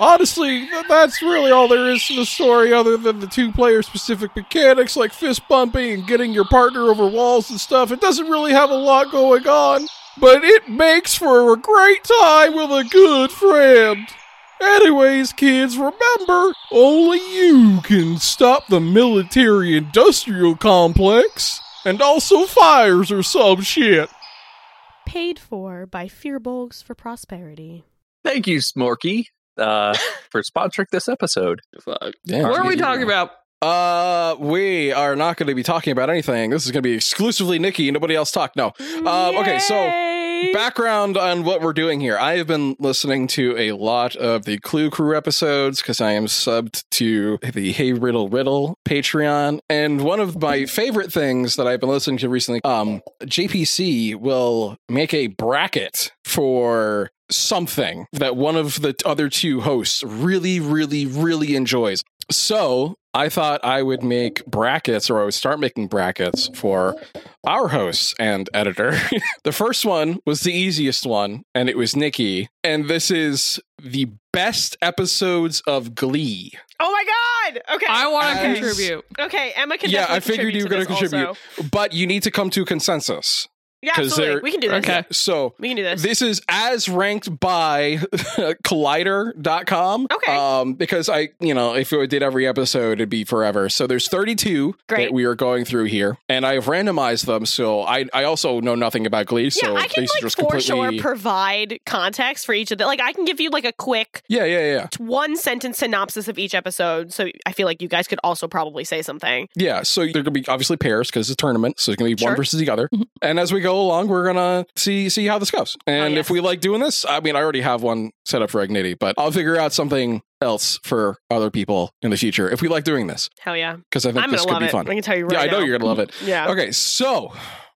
Speaker 5: Honestly, th- that's really all there is to the story other than the two player specific mechanics like fist bumping and getting your partner over walls and stuff. It doesn't really have a lot going on, but it makes for a great time with a good friend. Anyways, kids, remember only you can stop the military industrial complex and also fires or some shit.
Speaker 6: Paid for by Fearbolgs for Prosperity.
Speaker 1: Thank you, Smorky, uh, for sponsoring this episode.
Speaker 4: Fuck.
Speaker 3: Damn.
Speaker 4: What are we talking about?
Speaker 3: Uh, we are not going to be talking about anything. This is going to be exclusively Nikki. Nobody else talk. No. Um, okay, so
Speaker 2: Yay.
Speaker 3: background on what we're doing here. I have been listening to a lot of the Clue Crew episodes because I am subbed to the Hey Riddle Riddle Patreon, and one of my favorite things that I've been listening to recently, um, JPC will make a bracket for something that one of the other two hosts really, really, really enjoys. So I thought I would make brackets, or I would start making brackets for our hosts and editor. the first one was the easiest one, and it was Nikki. And this is the best episodes of Glee.
Speaker 2: Oh my god. Okay.
Speaker 4: I want to
Speaker 3: As-
Speaker 4: contribute.
Speaker 2: okay. Emma can.
Speaker 3: Yeah,
Speaker 2: definitely
Speaker 3: I figured you were
Speaker 2: going
Speaker 3: gonna
Speaker 2: to this
Speaker 3: contribute.
Speaker 2: also.
Speaker 3: But you need to come to a consensus.
Speaker 2: Yeah,
Speaker 3: 'Cause
Speaker 2: absolutely.
Speaker 3: they're-
Speaker 2: We can do this.
Speaker 4: Okay.
Speaker 3: So
Speaker 2: We can do this.
Speaker 3: this is as ranked by collider.com
Speaker 2: Okay.
Speaker 3: um because i you know if i did every episode it'd be forever so there's 32
Speaker 2: Great.
Speaker 3: that we are going through here and i have randomized them so i i also know nothing about glee
Speaker 2: yeah,
Speaker 3: so
Speaker 2: I can
Speaker 3: these are
Speaker 2: like
Speaker 3: just
Speaker 2: for
Speaker 3: completely
Speaker 2: sure provide context for each of the. Like, I can give you like a quick
Speaker 3: yeah yeah yeah
Speaker 2: one sentence synopsis of each episode. So I feel like you guys could also probably say something.
Speaker 3: Yeah, so they're gonna be obviously pairs because it's a tournament, so it's gonna be
Speaker 2: Sure. Mm-hmm.
Speaker 3: one versus the other. And as we go along, we're gonna see see how this goes. And
Speaker 2: yes.
Speaker 3: if we like doing this, I mean, I already have one set up for Ignity, but I'll figure out something else for other people in the future if we like doing this
Speaker 2: Hell yeah,
Speaker 3: because I think
Speaker 2: I'm
Speaker 3: this
Speaker 2: gonna
Speaker 3: could
Speaker 2: love
Speaker 3: be
Speaker 2: it.
Speaker 3: fun.
Speaker 2: I can tell you right
Speaker 3: yeah, I know
Speaker 2: now.
Speaker 3: you're gonna love it.
Speaker 2: Yeah.
Speaker 3: Okay, so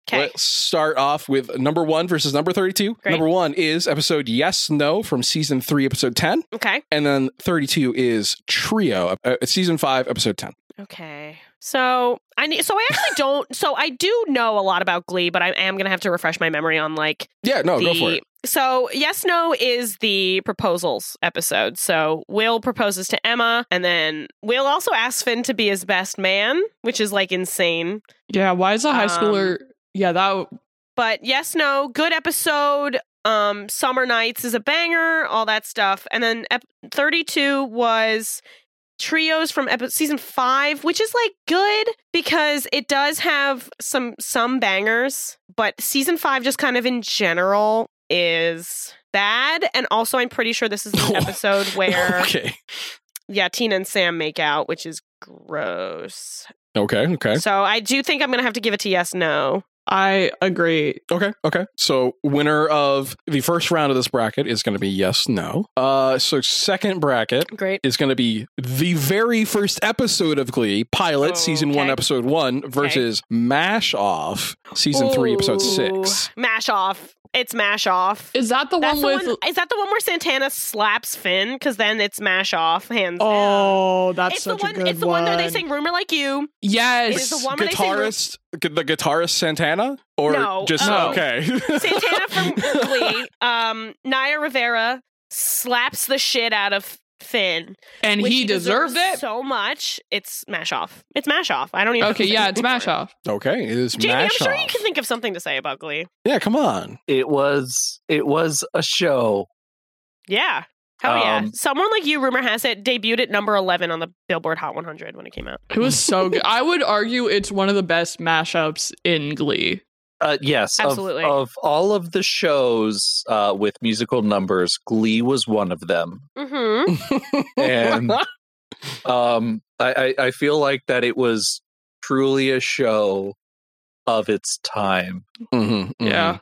Speaker 2: 'Kay.
Speaker 3: Let's start off with number one versus number 32.
Speaker 2: Great.
Speaker 3: Number one is episode Yes, No from season three, episode 10.
Speaker 2: Okay.
Speaker 3: And then 32 is Trio, uh, season five, episode 10.
Speaker 2: Okay. So I need. So I actually don't. So I do know a lot about Glee, but I am gonna have to refresh my memory on like
Speaker 3: Yeah, no, go for
Speaker 2: the-
Speaker 3: it.
Speaker 2: So, yes, no is the proposals episode. So, Will proposes to Emma, and then Will also asks Finn to be his best man, which is like insane.
Speaker 4: Yeah, why is a high
Speaker 2: Um,
Speaker 4: schooler? Yeah, that
Speaker 2: But, yes, no, good episode. Um, Summer Nights is a banger, all that stuff. And then ep- 32 was trios from epi- season five, which is like good because it does have some some bangers, but season five just kind of in general is bad. And also, I'm pretty sure this is the episode where
Speaker 3: Okay.
Speaker 2: yeah, Tina and Sam make out, which is gross.
Speaker 3: Okay. Okay.
Speaker 2: So I do think I'm gonna have to give it to yes no.
Speaker 4: I agree.
Speaker 3: Okay, okay. So winner of the first round of this bracket is going to be yes, no. Uh, so second bracket
Speaker 2: Great.
Speaker 3: is going to be the very first episode of Glee pilot,
Speaker 2: Oh,
Speaker 3: season one,
Speaker 2: okay.
Speaker 3: episode one, versus Mash Off, season three, episode six.
Speaker 2: Mash off. It's mash off.
Speaker 4: Is that the
Speaker 2: That's
Speaker 4: one with?
Speaker 2: the one, is that the one where Santana slaps Finn? Because then it's mash off, hands down.
Speaker 4: oh, that's
Speaker 2: it's the
Speaker 4: such
Speaker 2: one.
Speaker 4: a good
Speaker 2: it's the
Speaker 4: one.
Speaker 2: one where they sing "Rumor Like You."
Speaker 4: Yes,
Speaker 2: It is the one where they say-
Speaker 3: Guitarist, gu- the guitarist Santana, or
Speaker 2: No,
Speaker 3: just
Speaker 2: um,
Speaker 3: okay.
Speaker 2: Santana from Glee, um, Naya Rivera slaps the shit out of Finn,
Speaker 4: and
Speaker 2: which
Speaker 4: he deserved
Speaker 2: deserves
Speaker 4: it.
Speaker 2: so much. It's mash off. It's mash off. I don't even. have to
Speaker 4: okay,
Speaker 2: say
Speaker 4: yeah,
Speaker 2: anything
Speaker 4: it's
Speaker 2: more.
Speaker 4: mash off.
Speaker 3: okay, it is
Speaker 2: Jamie,
Speaker 3: Mash
Speaker 2: I'm sure you
Speaker 3: Off.
Speaker 2: can think of something to say about Glee.
Speaker 3: Yeah, come on.
Speaker 1: It was it was a show.
Speaker 2: Yeah. Hell yeah.
Speaker 1: Um,
Speaker 2: Someone like you, rumor has it, debuted at number 11 on the Billboard Hot 100 when it came out.
Speaker 4: It was so good. I would argue it's one of the best mashups in Glee.
Speaker 1: Uh, yes, of-
Speaker 2: Absolutely.
Speaker 1: Of, all of the shows uh, with musical numbers, Glee was one of them,
Speaker 2: Mm hmm.
Speaker 1: and um, I, I, I feel like that it was truly a show of its time.
Speaker 3: Mhm, mhm.
Speaker 2: Mm-hmm.
Speaker 4: Yeah.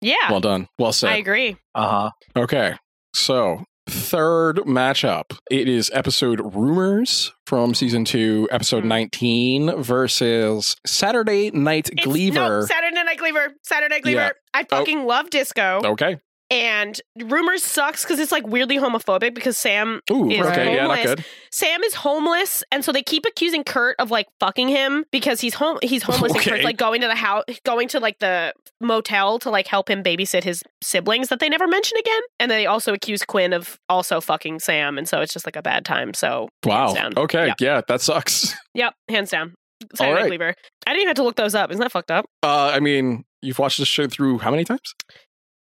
Speaker 2: Yeah.
Speaker 3: Well done. Well said.
Speaker 2: I agree.
Speaker 1: Uh huh.
Speaker 3: Okay. So, third matchup. It is episode Rumors from season two, episode
Speaker 2: Mhm.
Speaker 3: 19 versus Saturday Night
Speaker 2: It's-
Speaker 3: Gleaver.
Speaker 2: No, Saturday Night Gleaver. Saturday Night Gleaver.
Speaker 3: Yeah. Oh.
Speaker 2: I fucking love disco.
Speaker 3: okay.
Speaker 2: And rumors sucks because it's like weirdly homophobic because Sam
Speaker 3: Ooh,
Speaker 2: It's
Speaker 3: okay. Yeah, not
Speaker 2: homeless.
Speaker 3: good.
Speaker 2: Sam is homeless, and so they keep accusing Kurt of like fucking him because he's home. He's homeless, and
Speaker 3: Okay.
Speaker 2: Kurt's like going to the house, going to like the motel to like help him babysit his siblings that they never mention again. And they also accuse Quinn of also fucking Sam, and so it's just like a bad time. So
Speaker 3: Wow.
Speaker 2: hands down.
Speaker 3: Okay.
Speaker 2: Yep.
Speaker 3: Yeah, that sucks.
Speaker 2: yep, hands down. Saturday
Speaker 3: right.
Speaker 2: Night Cleaver. I didn't even have to look those up. Isn't that fucked up?
Speaker 3: Uh, I mean, you've watched this show through how many times?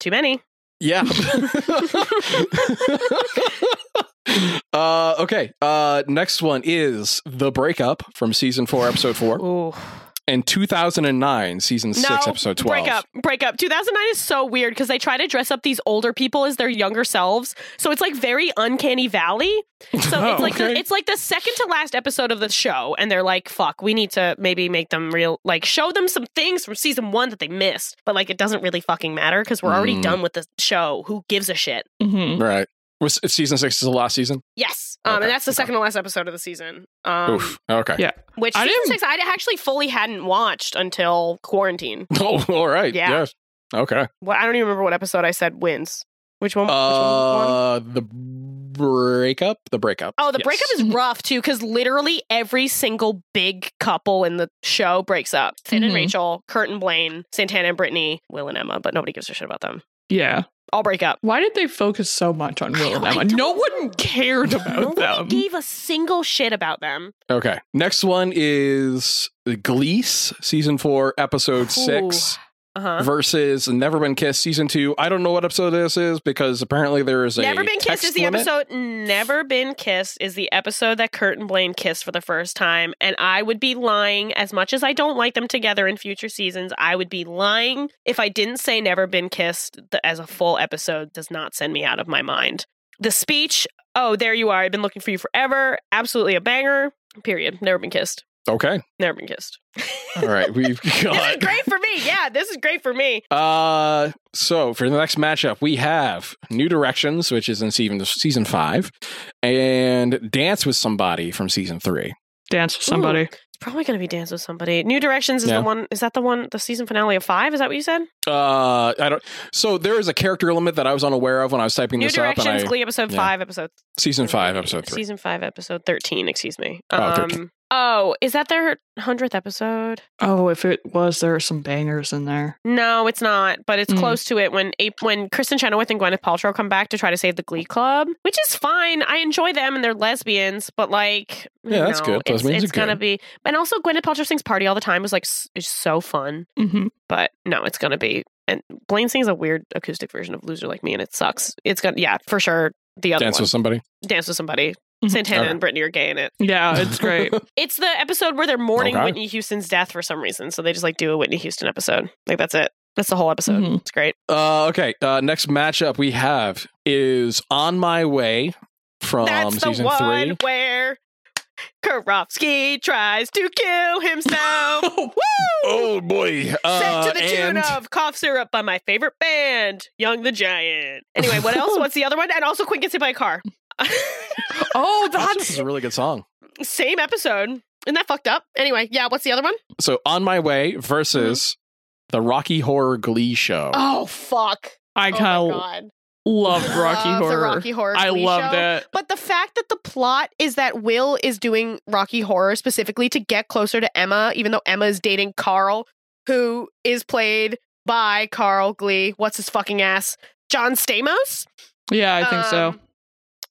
Speaker 2: Too many.
Speaker 3: Yeah. uh, okay. Uh, next one is The Breakup from season four, episode four,
Speaker 2: Ooh.
Speaker 3: and 2009, season six, episode 12.
Speaker 2: Break up, break up. 2009 is so weird because they try to dress up these older people as their younger selves. So it's like very uncanny valley. So
Speaker 3: Oh,
Speaker 2: it's like
Speaker 3: okay.
Speaker 2: the, it's like the second to last episode of the show, and they're like, "Fuck, we need to maybe make them real, like show them some things from season one that they missed." But like, it doesn't really fucking matter because we're already
Speaker 3: Mm.
Speaker 2: done with the show. Who gives a shit?
Speaker 4: hmm
Speaker 3: Right. Was season six is the last season?
Speaker 2: Yes, um,
Speaker 3: Okay,
Speaker 2: and that's the
Speaker 3: okay.
Speaker 2: second to last episode of the season. Um,
Speaker 3: Oof. Okay.
Speaker 4: Yeah.
Speaker 2: Which
Speaker 4: I
Speaker 2: season
Speaker 4: didn't-
Speaker 2: six I actually fully hadn't watched until quarantine.
Speaker 3: Oh, all right.
Speaker 2: Yeah.
Speaker 3: Yes. Okay.
Speaker 2: Well, I don't even remember what episode I said wins. Which one? which one won?
Speaker 3: Uh, the breakup. The breakup.
Speaker 2: Oh, the
Speaker 3: Yes.
Speaker 2: breakup is rough too, because literally every single big couple in the show breaks up. Finn and
Speaker 4: Mhm.
Speaker 2: Rachel, Kurt and Blaine, Santana and Brittany, Will and Emma, but nobody gives a shit about them.
Speaker 4: Yeah.
Speaker 2: All break up.
Speaker 4: Why did they focus so much on Will and
Speaker 2: I
Speaker 4: Emma?
Speaker 2: don't
Speaker 4: No one cared about them.
Speaker 2: Gave a single shit about them.
Speaker 3: Okay. Next one is Gleese season four, episode six
Speaker 2: Uh huh.
Speaker 3: versus Never Been Kissed season two. I don't know what episode this is because apparently there is a
Speaker 2: Never been kissed
Speaker 3: text
Speaker 2: is the
Speaker 3: limit.
Speaker 2: episode. Never been kissed is the episode that Kurt and Blaine kissed for the first time, and I would be lying. As much as I don't like them together in future seasons, I would be lying if I didn't say never been kissed the, as a full episode. Does not send me out of my mind. The speech. Oh, there you are. I've been looking for you forever. Absolutely a banger. Period. Never been kissed.
Speaker 3: Okay.
Speaker 2: Never been kissed.
Speaker 3: All right. We've
Speaker 2: This is
Speaker 3: got.
Speaker 2: great for me. Yeah, this is great for me.
Speaker 3: Uh, so for the next matchup, we have New Directions, which is in season season five, and Dance with Somebody from season three.
Speaker 4: Dance with somebody.
Speaker 2: It's probably going to be Dance with Somebody. New Directions is
Speaker 3: Yeah.
Speaker 2: the one. Is that the one? The season finale of five? Is that what you said?
Speaker 3: Uh, I don't. So there is a character limit that I was unaware of when I was typing
Speaker 2: New
Speaker 3: this up,
Speaker 2: Directions,
Speaker 3: and I
Speaker 2: Glee episode
Speaker 3: yeah.
Speaker 2: five, episode
Speaker 3: season five,
Speaker 2: three.
Speaker 3: episode three.
Speaker 2: season five, episode thirteen. Excuse me.
Speaker 3: Oh,
Speaker 2: Um,
Speaker 3: 13.
Speaker 2: oh, is that their hundredth episode?
Speaker 4: Oh, if it was, there are some bangers in there.
Speaker 2: No, it's not. But it's
Speaker 4: Mm.
Speaker 2: close to it when Ape, when Kristen Chenoweth and Gwyneth Paltrow come back to try to save the Glee Club, which is fine. I enjoy them and they're lesbians, but like, you
Speaker 3: Yeah, that's
Speaker 2: know,
Speaker 3: good.
Speaker 2: It's,
Speaker 3: Lesbians are
Speaker 2: it's gonna
Speaker 3: good.
Speaker 2: be, and also Gwyneth Paltrow sings "Party All the Time" was like s- is so fun.
Speaker 4: hmm
Speaker 2: But no, it's gonna be. And Blaine sings a weird acoustic version of "Loser Like Me," and it sucks. It's gonna, yeah, for sure. The other
Speaker 3: Dance
Speaker 2: one.
Speaker 3: with somebody.
Speaker 2: dance with somebody Santana
Speaker 3: Okay.
Speaker 2: and Brittany are gay in it.
Speaker 4: Yeah, it's great.
Speaker 2: Uh, It's the episode where they're mourning
Speaker 3: Okay.
Speaker 2: Whitney Houston's death for some reason. So they just like do a Whitney Houston episode. Like that's it. That's the whole episode.
Speaker 4: Mhm.
Speaker 2: It's great.
Speaker 3: Uh, okay. Uh, next matchup we have is On My Way from
Speaker 2: that's the
Speaker 3: Um, season
Speaker 2: one
Speaker 3: three.
Speaker 2: where Karofsky tries to kill himself.
Speaker 3: Oh boy! Uh,
Speaker 2: Set to the tune
Speaker 3: and-
Speaker 2: of cough syrup by my favorite band, Young the Giant. Anyway, what else? What's the other one? And also, Quinn gets hit by a car.
Speaker 4: oh,
Speaker 3: Actually, this is
Speaker 4: that's
Speaker 3: a really good song.
Speaker 2: Same episode. Isn't that fucked up? Anyway, yeah. What's the other one?
Speaker 3: So On My Way versus the Rocky Horror Glee Show.
Speaker 2: Mm-hmm. Oh fuck!
Speaker 4: I kind
Speaker 2: oh
Speaker 4: of
Speaker 2: my god,
Speaker 4: loved Rocky
Speaker 2: Love
Speaker 4: Horror.
Speaker 2: The Rocky Horror.
Speaker 4: I
Speaker 2: Glee
Speaker 4: loved
Speaker 2: Show.
Speaker 4: it.
Speaker 2: But the fact that the plot is that Will is doing Rocky Horror specifically to get closer to Emma, even though Emma is dating Carl, who is played by Carl Glee. What's his fucking ass? John Stamos.
Speaker 4: Yeah, I think so.
Speaker 2: Um,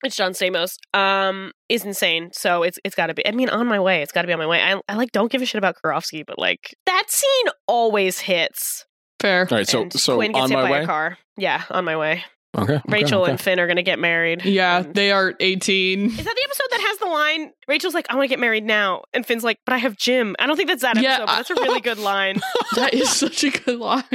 Speaker 2: It's John Stamos. Um, is insane. So it's it's got to be. I mean, on my way. It's got to be on my way. I, I like don't give a shit about Karofsky, but like that scene always hits.
Speaker 4: Fair.
Speaker 3: All right, so
Speaker 2: And
Speaker 3: so
Speaker 2: Quinn gets
Speaker 3: on
Speaker 2: hit
Speaker 3: my
Speaker 2: by
Speaker 3: way.
Speaker 2: a car. Yeah, on my way.
Speaker 3: Okay, okay,
Speaker 2: Rachel
Speaker 3: okay.
Speaker 2: and Finn are gonna get married.
Speaker 4: Yeah,
Speaker 2: And-
Speaker 4: they are 18.
Speaker 2: Is that the episode that has the line? Rachel's like, I want to get married now. And Finn's like, but I have Jim. I don't think that's that episode,
Speaker 4: Yeah,
Speaker 2: but that's a really good line.
Speaker 4: that is such a good line.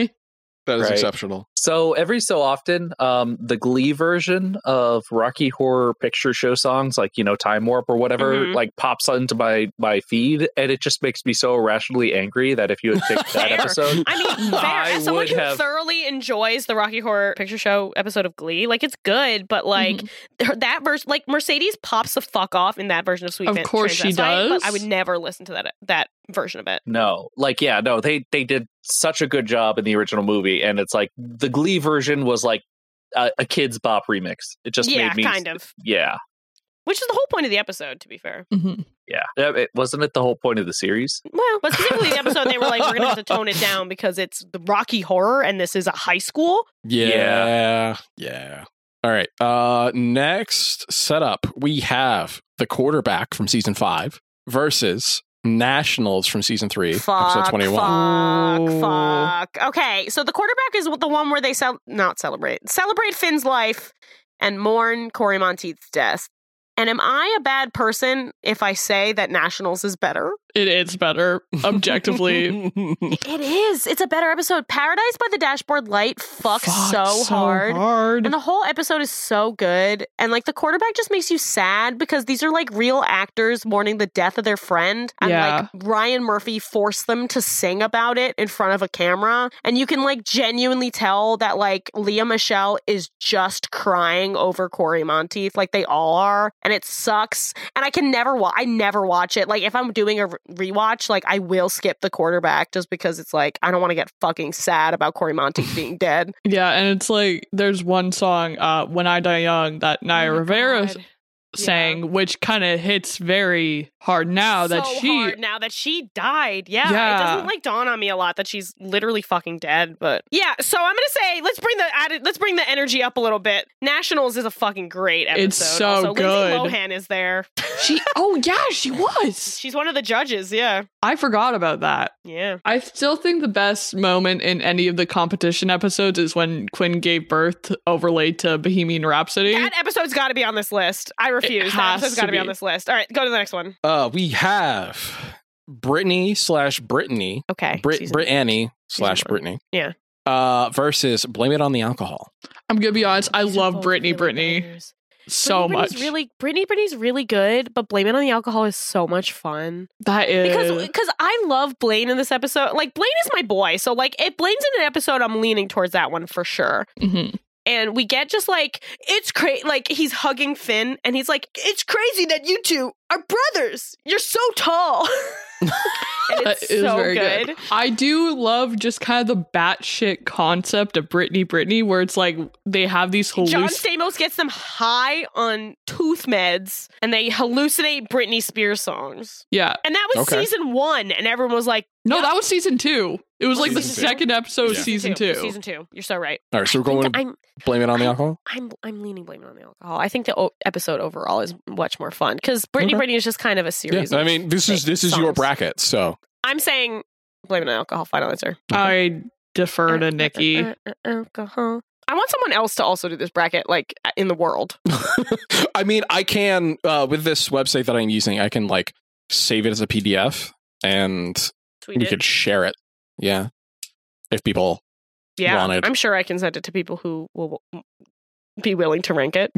Speaker 3: that is
Speaker 1: Right.
Speaker 3: exceptional.
Speaker 1: So every so often, um, the Glee version of Rocky Horror Picture Show songs, like you know Time Warp or whatever,
Speaker 2: Mhm.
Speaker 1: like pops onto my my feed, and it just makes me so irrationally angry that if you had picked that
Speaker 2: Fair.
Speaker 1: episode,
Speaker 2: I mean, fair.
Speaker 1: I
Speaker 2: As someone
Speaker 1: would
Speaker 2: who
Speaker 1: have-
Speaker 2: thoroughly enjoys the Rocky Horror Picture Show episode of Glee, like it's good, but like her- that version, like Mercedes pops the fuck off in that version of Sweet.
Speaker 4: Of
Speaker 2: Van-
Speaker 4: course she
Speaker 2: Transvestite,
Speaker 4: does.
Speaker 2: But I would never listen to that that version of it.
Speaker 1: no, like yeah, no, they they did such a good job in the original movie, and it's like the Glee version was like a, a kids bop remix. It just
Speaker 2: yeah,
Speaker 1: made me
Speaker 2: kind of.
Speaker 1: yeah
Speaker 2: Which is the whole point of the episode, to be fair.
Speaker 4: Mhm.
Speaker 1: yeah. Yeah, It, wasn't it the whole point of the series?
Speaker 2: Well, but specifically the episode, they were like, we're going to have to tone it down because it's the Rocky Horror and this is a high school.
Speaker 3: Yeah, yeah. All right. Uh, next setup we have the quarterback from season five versus Nationals from season three, episode twenty one.
Speaker 4: Ooh.
Speaker 2: Fuck, fuck. Okay, so the quarterback is the one where they cel- not celebrate, celebrate Finn's life and mourn Corey Monteith's death. And am I a bad person if I say that Nationals is better?
Speaker 4: It is better objectively.
Speaker 2: It is. It's a better episode. Paradise by the Dashboard Light fucks
Speaker 4: Fuck,
Speaker 2: so, hard.
Speaker 4: hard.
Speaker 2: And the whole episode is so good. And like the quarterback just makes you sad because these are like real actors mourning the death of their friend. And
Speaker 4: Yeah.
Speaker 2: like Ryan Murphy forced them to sing about it in front of a camera. And you can like genuinely tell that like Leah Michelle is just crying over Corey Monteith. Like they all are. And it sucks. And I can never watch, I never watch it. Like if I'm doing a re- rewatch, like I will skip the quarterback just because it's like I don't want to get fucking sad about Corey Monteith being dead.
Speaker 4: yeah, and it's like there's one song, uh, "When I Die Young," that Naya Rivera s-
Speaker 2: Oh Yeah.
Speaker 4: sang, which kind of hits very hard now that
Speaker 2: so
Speaker 4: she.
Speaker 2: hard now that she died. Yeah, it
Speaker 4: Yeah.
Speaker 2: doesn't like dawn on me a lot that she's literally fucking dead. But yeah, so I'm gonna say let's bring the added, let's bring the energy up a little bit. Nationals is a fucking great episode.
Speaker 4: It's so
Speaker 2: also,
Speaker 4: good.
Speaker 2: Lindsay Lohan is there.
Speaker 4: She. Oh yeah, she was.
Speaker 2: She's one of the judges. Yeah,
Speaker 4: I forgot about that.
Speaker 2: yeah.
Speaker 4: I still think the best moment in any of the competition episodes is when Quinn gave birth overlaid to Bohemian Rhapsody.
Speaker 2: That episode's got to be on this list. I refuse. That
Speaker 4: has
Speaker 2: episode's
Speaker 4: to
Speaker 2: got to be
Speaker 4: be.
Speaker 2: on this list. All right, go to the next one.
Speaker 3: Uh, we have Brittany slash Brittany,
Speaker 2: Okay.
Speaker 3: Brit
Speaker 2: season-
Speaker 3: Brittany slash
Speaker 2: one.
Speaker 3: Brittany.
Speaker 2: Yeah.
Speaker 3: Uh, versus blame it on the alcohol.
Speaker 4: I'm gonna be honest, I
Speaker 2: These are
Speaker 4: love
Speaker 2: both
Speaker 4: Brittany
Speaker 2: really
Speaker 4: Brittany
Speaker 2: bangers. Brittany
Speaker 4: so
Speaker 2: Brittany's
Speaker 4: much.
Speaker 2: Really, Brittany Brittany's really good, but Blame It on the Alcohol is so much fun.
Speaker 4: that is
Speaker 2: because because I love Blaine in this episode. Like Blaine is my boy, so like if Blaine's in an episode, I'm leaning towards that one for sure.
Speaker 4: Mhm.
Speaker 2: And we get just like it's crazy. Like he's hugging Finn, and he's like, "It's crazy that you two are brothers. You're so tall." and
Speaker 4: That
Speaker 2: it's
Speaker 4: is
Speaker 2: so
Speaker 4: very
Speaker 2: good.
Speaker 4: good. I do love just kind of the batshit concept of Brittany Brittany, where it's like they have these
Speaker 2: John
Speaker 4: halluc-
Speaker 2: Stamos gets them high on tooth meds, and they hallucinate Britney Spears songs.
Speaker 4: yeah.
Speaker 2: And that was
Speaker 3: Okay.
Speaker 2: season one, and everyone was like,
Speaker 4: No,
Speaker 2: Yeah.
Speaker 4: that was season two. It was like the
Speaker 2: Season two?
Speaker 4: second episode of
Speaker 3: Yeah.
Speaker 4: season two.
Speaker 2: season two. You're so right.
Speaker 3: All right, so we're going with
Speaker 2: I'm
Speaker 3: blame it on the alcohol.
Speaker 2: I'm I'm leaning blaming on the alcohol. I think the o- episode overall is much more fun because Brittany
Speaker 3: Okay.
Speaker 2: Brittany is just kind of a
Speaker 3: Yeah,
Speaker 2: series.
Speaker 3: I
Speaker 2: of-
Speaker 3: mean this is this is your
Speaker 2: songs.
Speaker 3: bracket, so
Speaker 2: I'm saying blaming on alcohol. Final answer. Uh,
Speaker 4: I defer to Nikki.
Speaker 2: Alcohol. I want someone else to also do this bracket, like uh, in the world.
Speaker 3: I mean, I can uh, with this website that I'm using, I can like save it as a PDF and
Speaker 2: Tweet
Speaker 3: we could share it. Yeah, if people
Speaker 2: yeah,
Speaker 3: wanted.
Speaker 2: I'm sure I can send it to people who will be willing to rank it.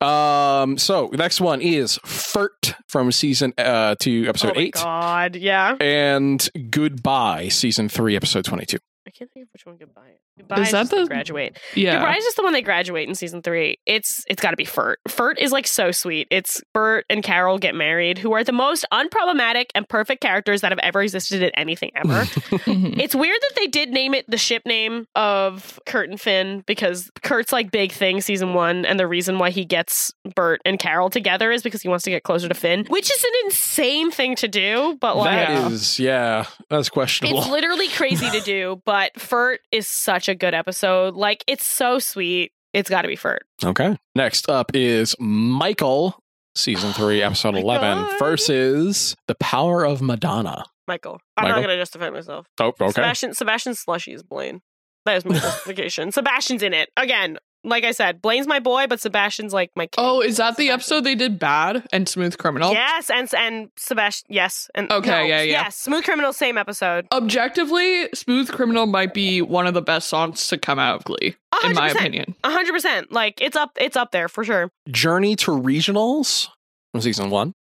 Speaker 3: Um, so next one is Furt from season uh two, episode
Speaker 2: oh my
Speaker 3: eight,
Speaker 2: God, yeah.
Speaker 3: and Goodbye, season three, episode twenty-two.
Speaker 2: I can't think of which one goodbye. Goodbye
Speaker 4: Is
Speaker 2: is
Speaker 4: that
Speaker 2: just they
Speaker 4: the-
Speaker 2: graduate.
Speaker 4: Yeah.
Speaker 2: Goodbye is just the one they graduate in season three. It's it's got to be Furt. Furt is like so sweet. It's Bert and Carol get married, who are the most unproblematic and perfect characters that have ever existed in anything ever.
Speaker 4: Mhm.
Speaker 2: It's weird that they did name it the ship name of Kurt and Finn because Kurt's like big thing season one, and the reason why he gets Bert and Carol together is because he wants to get closer to Finn, which is an insane thing to do. But like,
Speaker 3: That is, yeah, that's questionable.
Speaker 2: Oh, it's literally crazy to do. But Furt is such a good episode. Like, it's so sweet. It's got to be Furt.
Speaker 3: okay. Next up is Michael, season three, episode
Speaker 2: Oh my
Speaker 3: eleven,
Speaker 2: God.
Speaker 3: versus the power of Madonna.
Speaker 2: Michael. I'm
Speaker 3: Michael?
Speaker 2: not gonna justify myself.
Speaker 3: Oh, okay.
Speaker 2: Sebastian Sebastian Slushy is Blaine. That is my justification. Sebastian's in it again. Like I said, Blaine's my boy, but Sebastian's like my. King.
Speaker 4: oh, is that the
Speaker 2: Sebastian.
Speaker 4: episode they did bad and smooth criminal?
Speaker 2: Yes, and and Sebastian. Yes, and
Speaker 4: Okay,
Speaker 2: no,
Speaker 4: yeah, yeah.
Speaker 2: Yes, Smooth Criminal, same episode.
Speaker 4: Objectively, Smooth Criminal might be one of the best songs to come out of Glee,
Speaker 2: A
Speaker 4: in
Speaker 2: hundred
Speaker 4: my
Speaker 2: percent.
Speaker 4: opinion.
Speaker 2: A hundred percent. Like it's up, it's up there for sure.
Speaker 3: Journey to Regionals from season one,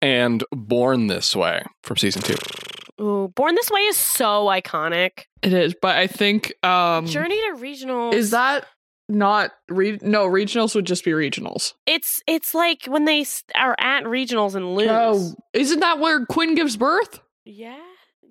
Speaker 3: and Born This Way from season two.
Speaker 2: Ooh, Born This Way is so iconic.
Speaker 4: It is, but I think um
Speaker 2: Journey to Regional
Speaker 4: is that not re- no regionals would just be regionals.
Speaker 2: It's it's like when they s- are at regionals and lose.
Speaker 4: Oh, isn't that where Quinn gives birth?
Speaker 2: Yeah.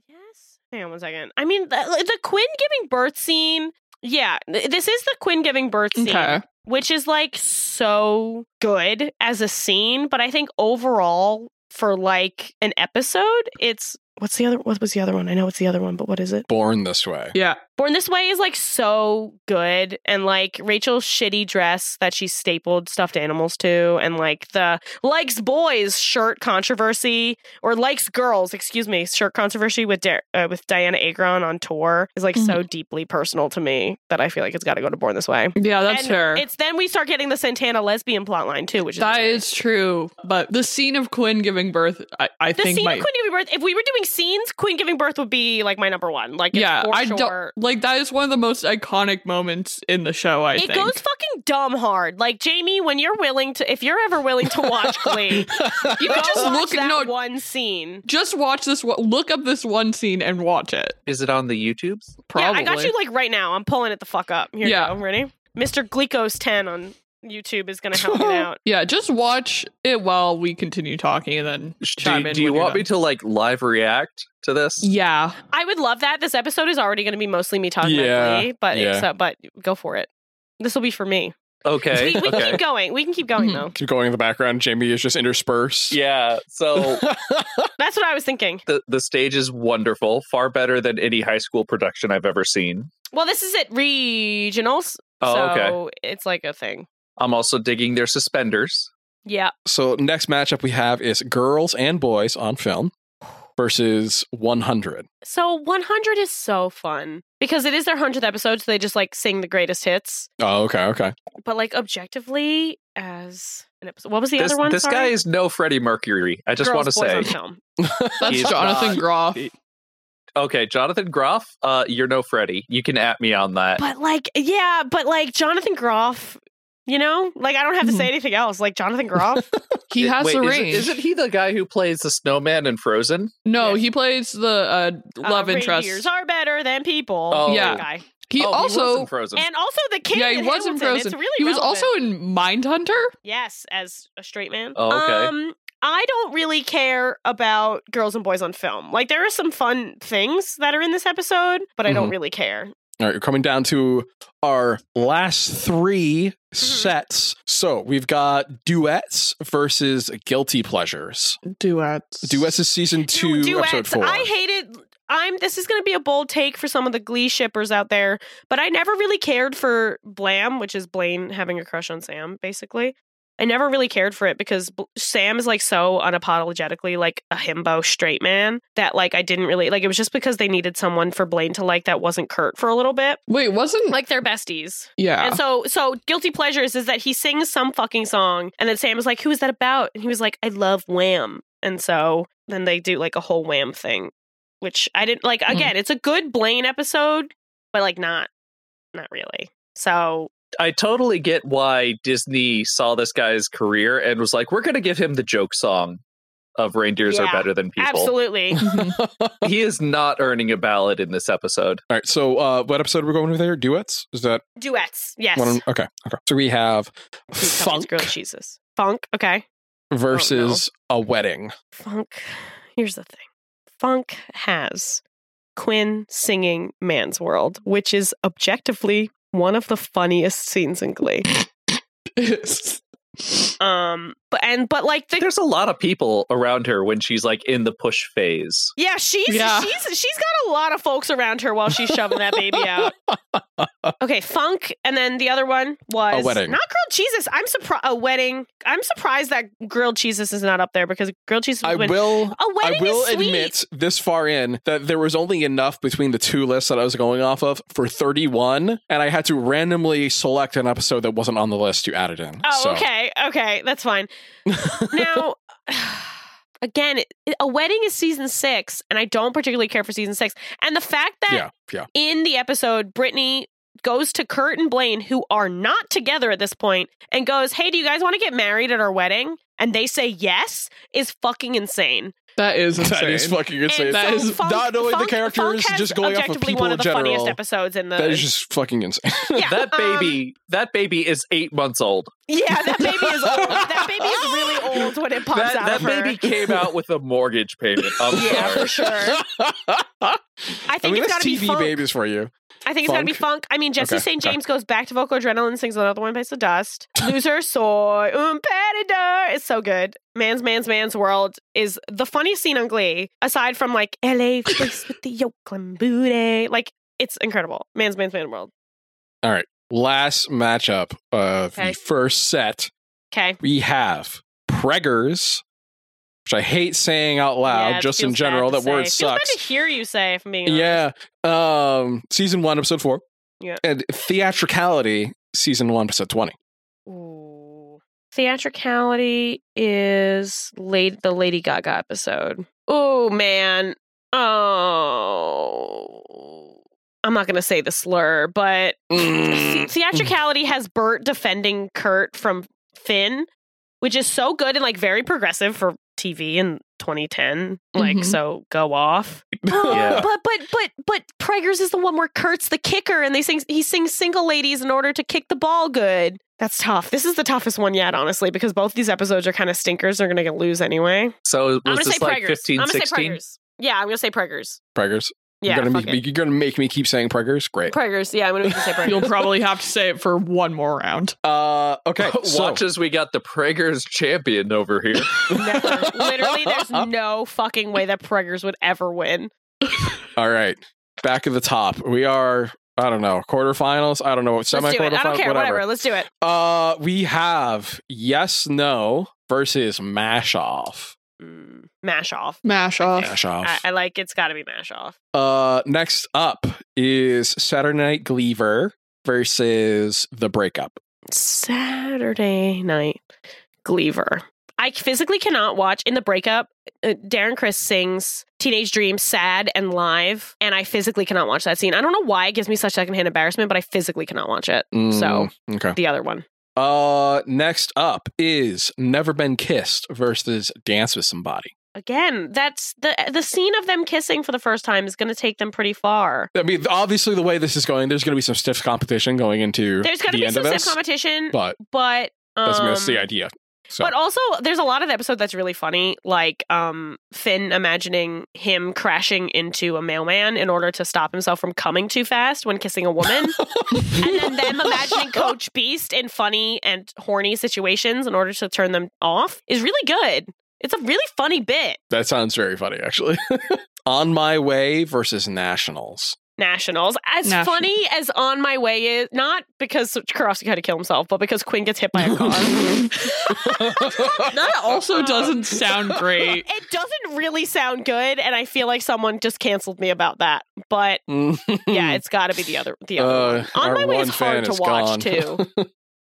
Speaker 2: Yes. Hang on one second. I mean, the, the Quinn giving birth scene. Yeah, th- this is the Quinn giving birth scene,
Speaker 4: Okay.
Speaker 2: which is like so good as a scene, but I think overall for like an episode, it's what's the other? What was the other one? I know it's the other one, but what is it?
Speaker 3: Born This Way.
Speaker 4: Yeah.
Speaker 2: Born This Way is like so good, and like Rachel's shitty dress that she stapled stuffed animals to, and like the likes boys shirt controversy or likes girls, excuse me, shirt controversy with Dar- uh, with Diana Agron on tour is like
Speaker 4: Mm-hmm.
Speaker 2: so deeply personal to me that I feel like it's got to go to Born This Way.
Speaker 4: Yeah, that's
Speaker 2: And
Speaker 4: fair.
Speaker 2: It's then we start getting the Santana lesbian plotline too, which is
Speaker 4: That is true, but the scene of Quinn giving birth, I, I
Speaker 2: the
Speaker 4: think
Speaker 2: scene
Speaker 4: might.
Speaker 2: of Queen giving birth. If we were doing scenes, Queen giving birth would be like my number one. Like it's
Speaker 4: yeah,
Speaker 2: for
Speaker 4: I
Speaker 2: sure.
Speaker 4: don't like that is one of the most iconic moments in the show. I
Speaker 2: it
Speaker 4: think
Speaker 2: goes fucking dumb hard. Like Jamie, when you're willing to, if you're ever willing to watch Glee, you can just
Speaker 4: Just
Speaker 2: watch
Speaker 4: look-
Speaker 2: that
Speaker 4: no.
Speaker 2: one scene.
Speaker 4: Just watch this. one Look up this one scene and watch it.
Speaker 1: Is it on the YouTubes?
Speaker 4: Probably.
Speaker 2: Yeah, I got you like right now. I'm pulling it the fuck up. Here
Speaker 4: Yeah.
Speaker 2: you go. Ready? Mr. Glikos 10 on YouTube is going to help you out.
Speaker 4: Yeah, just watch it while we continue talking, and then chime
Speaker 1: Do,
Speaker 4: in.
Speaker 1: do you
Speaker 4: when you're
Speaker 1: want me
Speaker 4: done.
Speaker 1: to like live react to this?
Speaker 4: Yeah,
Speaker 2: I would love that. This episode is already going to be mostly me talking
Speaker 3: Yeah,
Speaker 2: about Glee, but,
Speaker 3: yeah.
Speaker 2: so, but go for it. This will be for me.
Speaker 1: Okay.
Speaker 2: we we can
Speaker 1: okay.
Speaker 2: keep going. We can keep going,
Speaker 4: Mhm.
Speaker 2: though.
Speaker 3: Keep going in the background. Jamie is just interspersed.
Speaker 1: Yeah. So
Speaker 2: That's what I was thinking.
Speaker 1: the, the stage is wonderful, far better than any high school production I've ever seen.
Speaker 2: Well, this is at regionals.
Speaker 1: Oh,
Speaker 2: so it's like a thing.
Speaker 1: I'm also digging their suspenders.
Speaker 2: Yeah.
Speaker 3: So next matchup we have is girls and boys on film versus 100.
Speaker 2: So 100 is so fun because it is their 100th episode, so they just like sing the greatest hits.
Speaker 3: Oh, okay, okay.
Speaker 2: But like objectively, as an episode, what was the
Speaker 1: this
Speaker 2: other one?
Speaker 1: this
Speaker 2: Sorry?
Speaker 1: guy is no Freddie Mercury. I just
Speaker 2: Girls,
Speaker 1: want to
Speaker 2: Boys
Speaker 1: say.
Speaker 2: on film.
Speaker 4: that's
Speaker 1: He's
Speaker 4: Jonathan
Speaker 1: not-
Speaker 4: Groff.
Speaker 1: he- Okay, Jonathan Groff, uh, you're no Freddie. You can at me on that.
Speaker 2: But like, yeah, but like Jonathan Groff, you know, like I don't have to say
Speaker 4: Mhm.
Speaker 2: anything else. Like Jonathan Groff, uh,
Speaker 4: He has
Speaker 1: Wait,
Speaker 4: the
Speaker 1: isn't-
Speaker 4: range.
Speaker 1: Isn't he the guy who plays the snowman in Frozen?
Speaker 4: no,
Speaker 2: Yeah.
Speaker 4: he plays the uh, love
Speaker 2: uh,
Speaker 4: interest.
Speaker 2: Reindeers are better than people.
Speaker 1: Oh.
Speaker 4: Yeah.
Speaker 2: That guy.
Speaker 4: He
Speaker 1: Oh, was
Speaker 4: also
Speaker 1: in Frozen.
Speaker 2: and also the kid.
Speaker 4: yeah, he
Speaker 2: in
Speaker 4: was in
Speaker 2: Hamilton. It's
Speaker 4: Frozen.
Speaker 2: really
Speaker 4: he was
Speaker 2: relevant.
Speaker 4: also in Mindhunter.
Speaker 2: Yes, as a straight man.
Speaker 1: Oh, okay.
Speaker 2: Um, I don't really care about girls and boys on film. Like there are some fun things that are in this episode, but I don't really care.
Speaker 3: All right, we're coming down to our last 3 sets. So we've got duets versus guilty pleasures.
Speaker 4: Duets.
Speaker 3: Duets is season two,
Speaker 2: Du- duets.
Speaker 3: episode four.
Speaker 2: I hated. I'm. This is going to be a bold take for some of the Glee shippers out there, but I never really cared for Blam, which is Blaine having a crush on Sam, basically. I never really cared for it because B- Sam is like so unapologetically like a himbo straight man that like I didn't really like it was just because they needed someone for Blaine to like that wasn't Kurt for a little bit.
Speaker 4: Wait, wasn't
Speaker 2: Like they're besties.
Speaker 4: yeah.
Speaker 2: And so, so guilty pleasures is that he sings some fucking song, and then Sam is like, "Who is that about?" And he was like, "I love Wham." And so then they do like a whole Wham thing, which I didn't like. Again, it's a good Blaine episode, but like not, not really. So
Speaker 1: I totally get why Disney saw this guy's career and was like, we're going to give him the joke song of Reindeers Are
Speaker 2: Yeah,
Speaker 1: Better Than People.
Speaker 2: absolutely,
Speaker 4: Mhm.
Speaker 1: He is not earning a ballad in this episode.
Speaker 3: All right. So, uh, what episode are we going with there? Duets? Is that
Speaker 2: duets. Yes,
Speaker 3: one? Okay. Okay. So we have
Speaker 2: Please tell me it's
Speaker 3: funk
Speaker 2: grilled cheeses. Funk. Okay,
Speaker 3: versus a wedding.
Speaker 2: funk. Here's the thing, funk has Quinn singing "Man's World," which is objectively one of the funniest scenes in Glee. Um, but and but like the
Speaker 1: There's a lot of people around her when she's like in the push phase.
Speaker 2: yeah, she's
Speaker 4: Yeah.
Speaker 2: she's she's got a lot of folks around her while she's shoving that baby out. Okay, funk, and then the other one was
Speaker 3: A wedding.
Speaker 2: Not grilled cheeses. I'm surprised a wedding. I'm surprised that grilled cheeses is not up there because grilled cheeses
Speaker 3: I
Speaker 2: would win.
Speaker 3: will.
Speaker 2: a
Speaker 3: I
Speaker 2: wedding
Speaker 3: will
Speaker 2: is sweet.
Speaker 3: admit this far in that there was only enough between the two lists that I was going off of for 31, and I had to randomly select an episode that wasn't on the list to add it in.
Speaker 2: Oh,
Speaker 3: So,
Speaker 2: okay, okay, that's fine. now, again, it- a wedding is season six, and I don't particularly care for season six. And the fact that
Speaker 3: Yeah, yeah.
Speaker 2: in the episode, Brittany goes to Kurt and Blaine, who are not together at this point, and goes, Hey, do you guys want to get married at our wedding? And they say yes, is fucking insane.
Speaker 4: that is insane.
Speaker 3: That is fucking
Speaker 2: And
Speaker 3: insane.
Speaker 4: That
Speaker 2: so
Speaker 4: is
Speaker 2: Funk-
Speaker 3: not knowing the
Speaker 2: Funk-
Speaker 3: characters,
Speaker 2: Funk has
Speaker 3: just going off of
Speaker 2: objectively
Speaker 3: people
Speaker 2: one
Speaker 3: in
Speaker 2: of the funniest
Speaker 3: general.
Speaker 2: episodes in the.
Speaker 3: that is just fucking insane.
Speaker 2: yeah,
Speaker 1: that
Speaker 2: um,
Speaker 1: baby, that baby is eight months old.
Speaker 2: yeah, that baby is old. That baby is really old when it pops
Speaker 1: That,
Speaker 2: out
Speaker 1: that
Speaker 2: of her.
Speaker 1: baby came out with a mortgage payment. I'm
Speaker 2: Yeah,
Speaker 1: sorry.
Speaker 2: for sure. I think
Speaker 3: I mean,
Speaker 2: it's
Speaker 3: that's
Speaker 2: got to be
Speaker 3: TV
Speaker 2: funk.
Speaker 3: babies for you.
Speaker 2: I think it's got to be funk. I mean, Jesse
Speaker 3: Okay,
Speaker 2: St.
Speaker 3: okay.
Speaker 2: James goes back to Vocal Adrenaline, sings another one, bites the dust. Loser, soy, un perdedor. It's so good. Man's, man's, man's world is the funniest scene on Glee, aside from like LA face with the Oakland booty. Like, it's incredible. Man's, man's, man's world.
Speaker 3: Last matchup of
Speaker 2: Okay.
Speaker 3: the first set,
Speaker 2: Okay.
Speaker 3: we have Preggers, which I hate saying out loud,
Speaker 2: Yeah, it
Speaker 3: just in
Speaker 2: feels bad
Speaker 3: general.
Speaker 2: to
Speaker 3: That word
Speaker 2: say. Feels bad
Speaker 3: sucks.
Speaker 2: to hear you say, if I'm being honest.
Speaker 3: Yeah. Um season one, episode four.
Speaker 2: Yeah.
Speaker 3: And theatricality, season one, episode twenty.
Speaker 2: Ooh. Theatricality is late the Lady Gaga episode. Oh man. Oh. I'm not going to say the slur, but
Speaker 3: Mm.
Speaker 2: the- theatricality has Bert defending Kurt from Finn, which is so good and like very progressive for TV in 2010. Like
Speaker 4: Mhm.
Speaker 2: so go off. Oh,
Speaker 1: Yeah.
Speaker 2: But but but but Preggers is the one where Kurt's the kicker, and they sing he sings "Single Ladies" in order to kick the ball good. That's tough. This is the toughest one yet, honestly, because both these episodes are kind of stinkers. They're going to lose anyway.
Speaker 1: So
Speaker 2: I'm
Speaker 1: was
Speaker 2: going to say
Speaker 1: this like
Speaker 2: Preggers.
Speaker 1: 15,
Speaker 2: I'm going to say
Speaker 1: 16?
Speaker 2: Preggers. Yeah, I'm going to say Preggers.
Speaker 3: Preggers.
Speaker 2: Yeah,
Speaker 3: you're, gonna
Speaker 2: fuck
Speaker 3: make,
Speaker 2: it.
Speaker 3: you're gonna make me keep saying preggers? Great.
Speaker 2: Preggers. Yeah, I'm going to say Preggers.
Speaker 4: You'll probably have to say it for one more round.
Speaker 3: Uh okay. so,
Speaker 1: Watch as we got the Preggers champion over here.
Speaker 2: Never. Literally, there's no fucking way that Preggers would ever win.
Speaker 3: all right. Back at the top. We are I don't know, quarterfinals. I don't know,
Speaker 2: Let's
Speaker 3: semi
Speaker 2: do it. I don't
Speaker 3: quarterfinals,
Speaker 2: care.
Speaker 3: whatever.
Speaker 2: Whatever. Let's do it.
Speaker 3: Uh we have yes no versus mash off.
Speaker 2: Mm, Mash off.
Speaker 4: Mash off.
Speaker 3: Mash off.
Speaker 2: I, I like. It's got to be mash off.
Speaker 3: Uh, next up is Saturday Night Gleaver versus The Breakup.
Speaker 2: Saturday night Gleaver. I physically cannot watch in the breakup. Uh, Darren Chris sings Teenage Dream sad and live, and I physically cannot watch that scene. I don't know why it gives me such secondhand embarrassment, but I physically cannot watch it. So
Speaker 3: Mm, okay.
Speaker 2: the other one,
Speaker 3: Uh, next up is Never Been Kissed versus Dance with Somebody.
Speaker 2: again, that's the the scene of them kissing for the first time is going to take them pretty far.
Speaker 3: I mean, obviously, the way this is going, there's going to be some stiff competition going into
Speaker 2: There's going to
Speaker 3: the
Speaker 2: be
Speaker 3: end
Speaker 2: some
Speaker 3: of
Speaker 2: stiff
Speaker 3: this,
Speaker 2: competition, but.
Speaker 3: but
Speaker 2: um,
Speaker 3: that's, that's the idea. So,
Speaker 2: But also, there's a lot of the episode that's really funny, like um, Finn imagining him crashing into a mailman in order to stop himself from coming too fast when kissing a woman, and then them imagining Coach Beast in funny and horny situations in order to turn them off is really good. It's a really funny bit.
Speaker 3: that sounds very funny, actually. On My Way versus Nationals.
Speaker 2: nationals. As
Speaker 4: National-
Speaker 2: funny as On My Way is, not because Karofsky had to kill himself, but because Quinn gets hit by a car.
Speaker 4: That
Speaker 1: Oh.
Speaker 4: also doesn't sound great.
Speaker 2: it doesn't really sound good, and I feel like someone just canceled me about that. But yeah, it's got to be the other the other
Speaker 3: Hmm. Uh,
Speaker 2: one. On
Speaker 3: our
Speaker 2: My Way
Speaker 3: one
Speaker 2: is hard
Speaker 3: fan
Speaker 2: to
Speaker 3: is
Speaker 2: watch
Speaker 3: gone.
Speaker 2: too.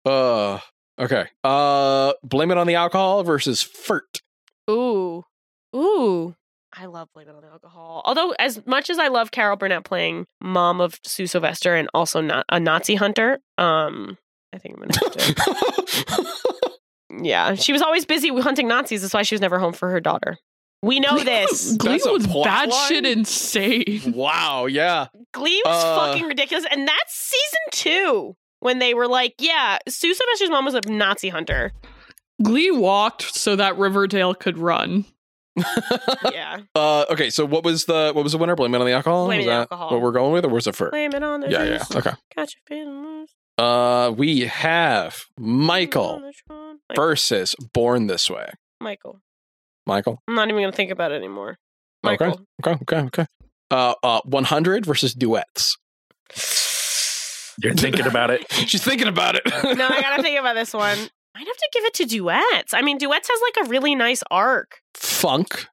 Speaker 3: Uh, okay. Uh, blame it on the alcohol versus furt.
Speaker 2: Ooh. Ooh. I love Blame It on the Alcohol. Although, as much as I love Carol Burnett playing mom of Sue Sylvester and also not a Nazi hunter, um, I think I'm gonna have to. yeah, she was always busy hunting Nazis. That's why she was never home for her daughter. We know this.
Speaker 4: Glee
Speaker 3: That's a
Speaker 4: was
Speaker 3: plot
Speaker 4: bad
Speaker 3: line?
Speaker 4: shit insane.
Speaker 3: wow. Yeah.
Speaker 2: Glee was
Speaker 3: Uh.
Speaker 2: fucking ridiculous, and that's season two when they were like, "Yeah, Sue Sylvester's mom was a Nazi hunter."
Speaker 4: Glee walked so that Riverdale could run.
Speaker 2: Yeah,
Speaker 3: Uh, okay. So what was the what was the winner? Blame it on the alcohol.
Speaker 2: Blame
Speaker 3: was
Speaker 2: It on
Speaker 3: that
Speaker 2: Alcohol.
Speaker 3: What we're going with, or was it furt?
Speaker 2: blame it on the
Speaker 3: Yeah. Yeah. Okay.
Speaker 2: Got you feeling loose.
Speaker 3: Uh, we have Michael
Speaker 2: Mm, Like,
Speaker 3: versus Born This Way.
Speaker 2: Michael.
Speaker 3: Michael.
Speaker 2: I'm not even gonna think about it anymore.
Speaker 3: Okay.
Speaker 2: Michael.
Speaker 3: Okay. Okay. Okay. Uh, uh, 100 versus duets.
Speaker 1: You're thinking about it.
Speaker 3: She's thinking about it.
Speaker 2: no, I gotta think about this one. I'd have to give it to duets. I mean, duets has like a really nice arc.
Speaker 3: Funk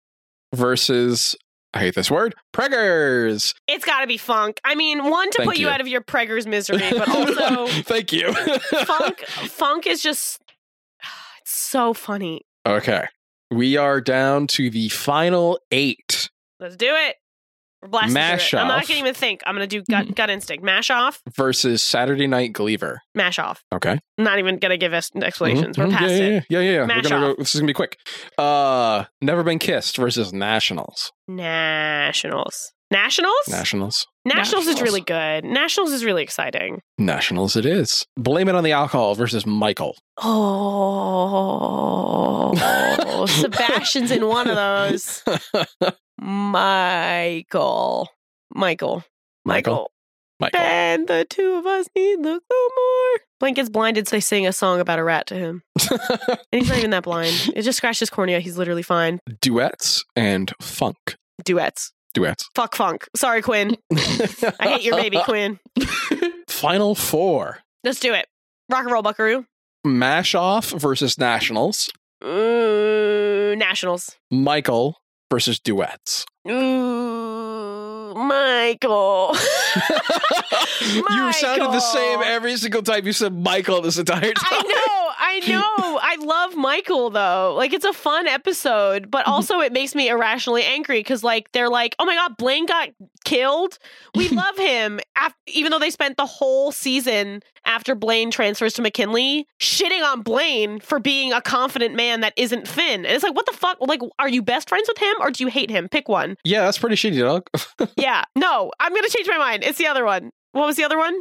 Speaker 3: versus I hate this word. Preggers.
Speaker 2: It's gotta be funk. I mean, one to
Speaker 3: Thank
Speaker 2: put you.
Speaker 3: you.
Speaker 2: out of your pregger's misery, but also
Speaker 3: thank you.
Speaker 2: funk. Funk is just it's so funny.
Speaker 3: Okay, we are down to the final eight.
Speaker 2: Let's do it. We're blasting
Speaker 3: Mash
Speaker 2: through it. I'm not
Speaker 3: off. Mm-hmm.
Speaker 2: gonna even think. I'm gonna do gut, gut instinct. Mash off.
Speaker 3: versus Saturday Night Gleaver.
Speaker 2: Mash off.
Speaker 3: Okay.
Speaker 2: I'm not even gonna give us explanations.
Speaker 3: Mhm.
Speaker 2: We're past
Speaker 3: yeah,
Speaker 2: it.
Speaker 3: yeah, Yeah, yeah, yeah. We're
Speaker 2: Mash
Speaker 3: gonna
Speaker 2: off.
Speaker 3: go. This is gonna be quick. Uh, Never Been Kissed versus Nationals.
Speaker 2: Nationals. Nationals.
Speaker 3: Nationals.
Speaker 2: Nationals is
Speaker 3: Nationals.
Speaker 2: really good. Nationals is really exciting.
Speaker 3: Nationals. It is. Blame it on the alcohol versus Michael.
Speaker 2: Oh, Sebastian's in one of those. Michael. Michael. Michael.
Speaker 3: Michael.
Speaker 2: And the two of us need look no more. Blink gets blinded, so I sing a song about a rat to him. And he's not even that blind. It just scratched his cornea. He's literally fine.
Speaker 3: Duets and Funk.
Speaker 2: Duets.
Speaker 3: Duets.
Speaker 2: Fuck funk. Sorry, Quinn. I hate your baby, Quinn.
Speaker 3: Final four.
Speaker 2: Let's do it. Rock and roll, buckaroo.
Speaker 3: Mash off versus Nationals.
Speaker 2: Ooh, nationals.
Speaker 3: Michael versus duets.
Speaker 2: Ooh, Michael.
Speaker 3: You sounded the same
Speaker 2: Michael.
Speaker 3: every single time you said Michael this entire time.
Speaker 2: I know, I know. I love Michael though. Like it's a fun episode, but also it makes me irrationally angry because like they're like, oh my god, Blaine got killed. We love him, af- even though they spent the whole season after Blaine transfers to McKinley shitting on Blaine for being a confident man that isn't Finn. And it's like, what the fuck? Like, are you best friends with him or do you hate him? Pick one.
Speaker 3: Yeah, that's pretty shitty, dog.
Speaker 2: yeah. No, I'm gonna change my mind. It's the other one. What was the other one?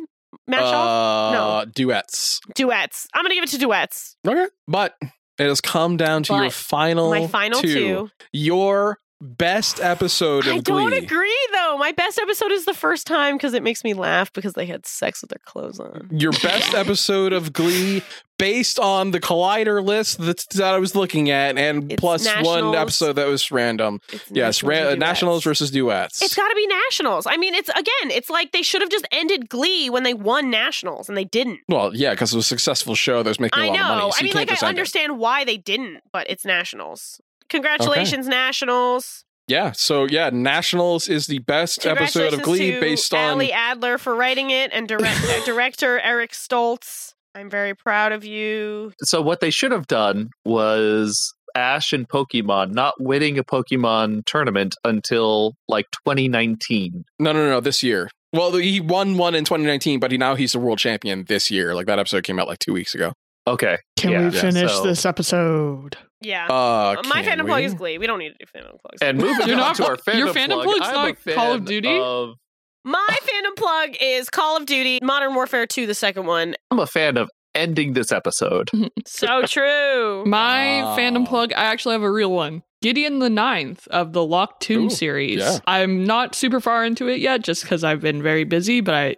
Speaker 2: Mash off?
Speaker 3: Uh, Duets.
Speaker 2: Duets. I'm gonna give it to duets.
Speaker 3: Okay. But it has come down to your
Speaker 2: But
Speaker 3: final,
Speaker 2: My final two.
Speaker 3: Your best episode of
Speaker 2: I don't
Speaker 3: Glee.
Speaker 2: agree though. My best episode is the first time because it makes me laugh because they had sex with their clothes on.
Speaker 3: Your best episode of Glee based on the Collider list that, that I was looking at and
Speaker 2: It's
Speaker 3: plus one
Speaker 2: Nationals.
Speaker 3: episode that was random.
Speaker 2: It's
Speaker 3: Yes,
Speaker 2: nationals,
Speaker 3: ra-
Speaker 2: and duets.
Speaker 3: Nationals versus Duets.
Speaker 2: It's got to be nationals. I mean, it's again, it's like they should have just ended Glee when they won nationals and they didn't.
Speaker 3: well, yeah, because it was a successful show that was making a
Speaker 2: I
Speaker 3: lot of
Speaker 2: know.
Speaker 3: money. So
Speaker 2: I
Speaker 3: you
Speaker 2: mean,
Speaker 3: can't
Speaker 2: like
Speaker 3: just
Speaker 2: I
Speaker 3: end it.
Speaker 2: understand why they didn't, but it's nationals. Congratulations, nationals.
Speaker 3: Yeah. So yeah, Nationals is the best episode of
Speaker 2: Congratulations
Speaker 3: Glee
Speaker 2: to
Speaker 3: based on
Speaker 2: Allie Adler for writing it and direct, uh, director Eric Stoltz. I'm very proud of you.
Speaker 1: So what they should have done was Ash and Pokemon not winning a Pokemon tournament until like 2019.
Speaker 3: no, no, no, this year. Well, he won one in 2019, but he now he's the world champion this year. Like that episode came out like two weeks ago.
Speaker 1: Okay.
Speaker 7: Can
Speaker 1: Yeah,
Speaker 7: we
Speaker 1: yeah,
Speaker 7: finish
Speaker 1: so-
Speaker 7: this episode?
Speaker 2: Yeah.
Speaker 3: Uh,
Speaker 2: My
Speaker 3: can
Speaker 2: fandom
Speaker 3: we?
Speaker 2: plug is Glee. We don't need to do fandom plugs.
Speaker 1: And moving
Speaker 4: You're
Speaker 1: on
Speaker 4: not-
Speaker 1: to our fandom
Speaker 4: your fandom
Speaker 1: plug,
Speaker 4: plug's
Speaker 1: I'm
Speaker 4: not
Speaker 1: a fan
Speaker 4: Call of Duty?
Speaker 1: of-
Speaker 2: My fandom plug is Call of Duty Modern Warfare 2, the second one.
Speaker 1: I'm a fan of ending this episode.
Speaker 2: So true.
Speaker 4: My
Speaker 3: Wow.
Speaker 4: fandom plug, I actually have a real one. Gideon the Ninth of the Locked Tomb
Speaker 3: Ooh,
Speaker 4: series.
Speaker 3: yeah.
Speaker 4: I'm not super far into it yet just because I've been very busy, but I,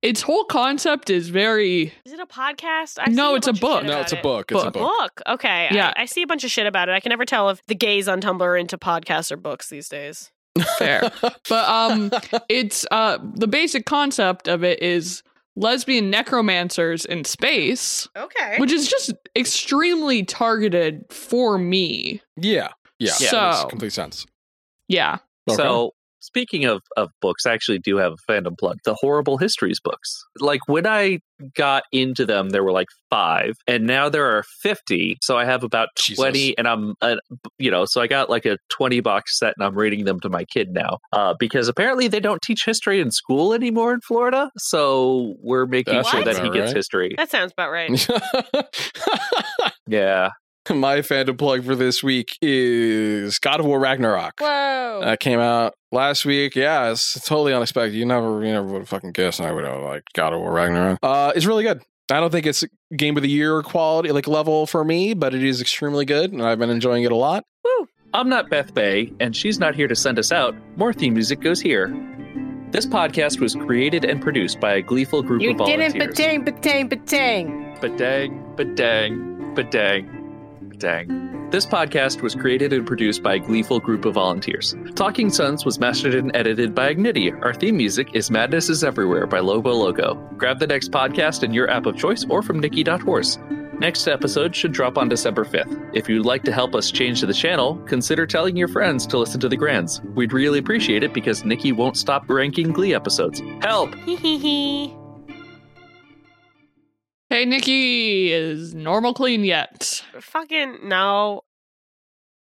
Speaker 4: its whole concept is very.
Speaker 2: Is it a podcast? I
Speaker 4: No,
Speaker 2: see
Speaker 4: it's a
Speaker 2: bunch of
Speaker 4: book.
Speaker 2: shit
Speaker 3: Oh, No,
Speaker 2: about
Speaker 3: it's a
Speaker 2: it.
Speaker 3: book. It's a
Speaker 4: Book.
Speaker 3: book.
Speaker 2: Book. Okay.
Speaker 4: Yeah.
Speaker 2: I, I see a bunch of shit about it. I can never tell if the gays on Tumblr are into podcasts or books these days.
Speaker 4: Fair. but um
Speaker 2: Mm.
Speaker 4: it's uh the basic concept of it is lesbian necromancers in space,
Speaker 2: Okay.
Speaker 4: which is just extremely targeted for me.
Speaker 3: Yeah. Yeah.
Speaker 4: So-
Speaker 3: that makes complete sense.
Speaker 4: Yeah.
Speaker 3: Okay.
Speaker 1: So speaking of, of books, I actually do have a fandom plug. The horrible histories books. Like when I got into them, there were like five, and now there are fifty. So I have about
Speaker 3: Jesus.
Speaker 1: twenty, and I'm uh, you know, so I got like a twenty box set, and I'm reading them to my kid now uh, because apparently they don't teach history in school anymore in Florida. So we're making
Speaker 3: That's
Speaker 1: sure that he
Speaker 3: about
Speaker 1: gets
Speaker 3: right.
Speaker 1: history.
Speaker 2: that sounds about right.
Speaker 1: Yeah,
Speaker 3: My fandom plug for this week is God of War Ragnarok.
Speaker 2: Whoa.
Speaker 4: Oh.
Speaker 3: That came out last week. Yeah, it's totally unexpected. You never, you never would have fucking guessed. I would have like God of War Ragnarok. Uh, it's really good. I don't think it's game of the year quality like level for me, but it is extremely good, and I've been enjoying it a lot.
Speaker 1: I'm not Beth Bay, and she's not here to send us out. More theme music goes here. This podcast was created and produced by a gleeful group
Speaker 7: You
Speaker 1: of
Speaker 7: didn't
Speaker 1: volunteers.
Speaker 7: batang, batang, batang.
Speaker 1: But dang, but dang, but dang, but dang. This podcast was created and produced by a gleeful group of volunteers. Talking Sons was mastered and edited by Ignity. Our theme music is Madness is Everywhere by Lobo Loco. Grab the next podcast in your app of choice or from Nikki.horse. Next episode should drop on December 5th. If you'd like to help us change the channel, consider telling your friends to listen to The Grands. We'd really appreciate it because Nikki won't stop ranking Glee episodes. Help!
Speaker 4: Hey Nikki, is normal clean yet?
Speaker 2: Fucking no.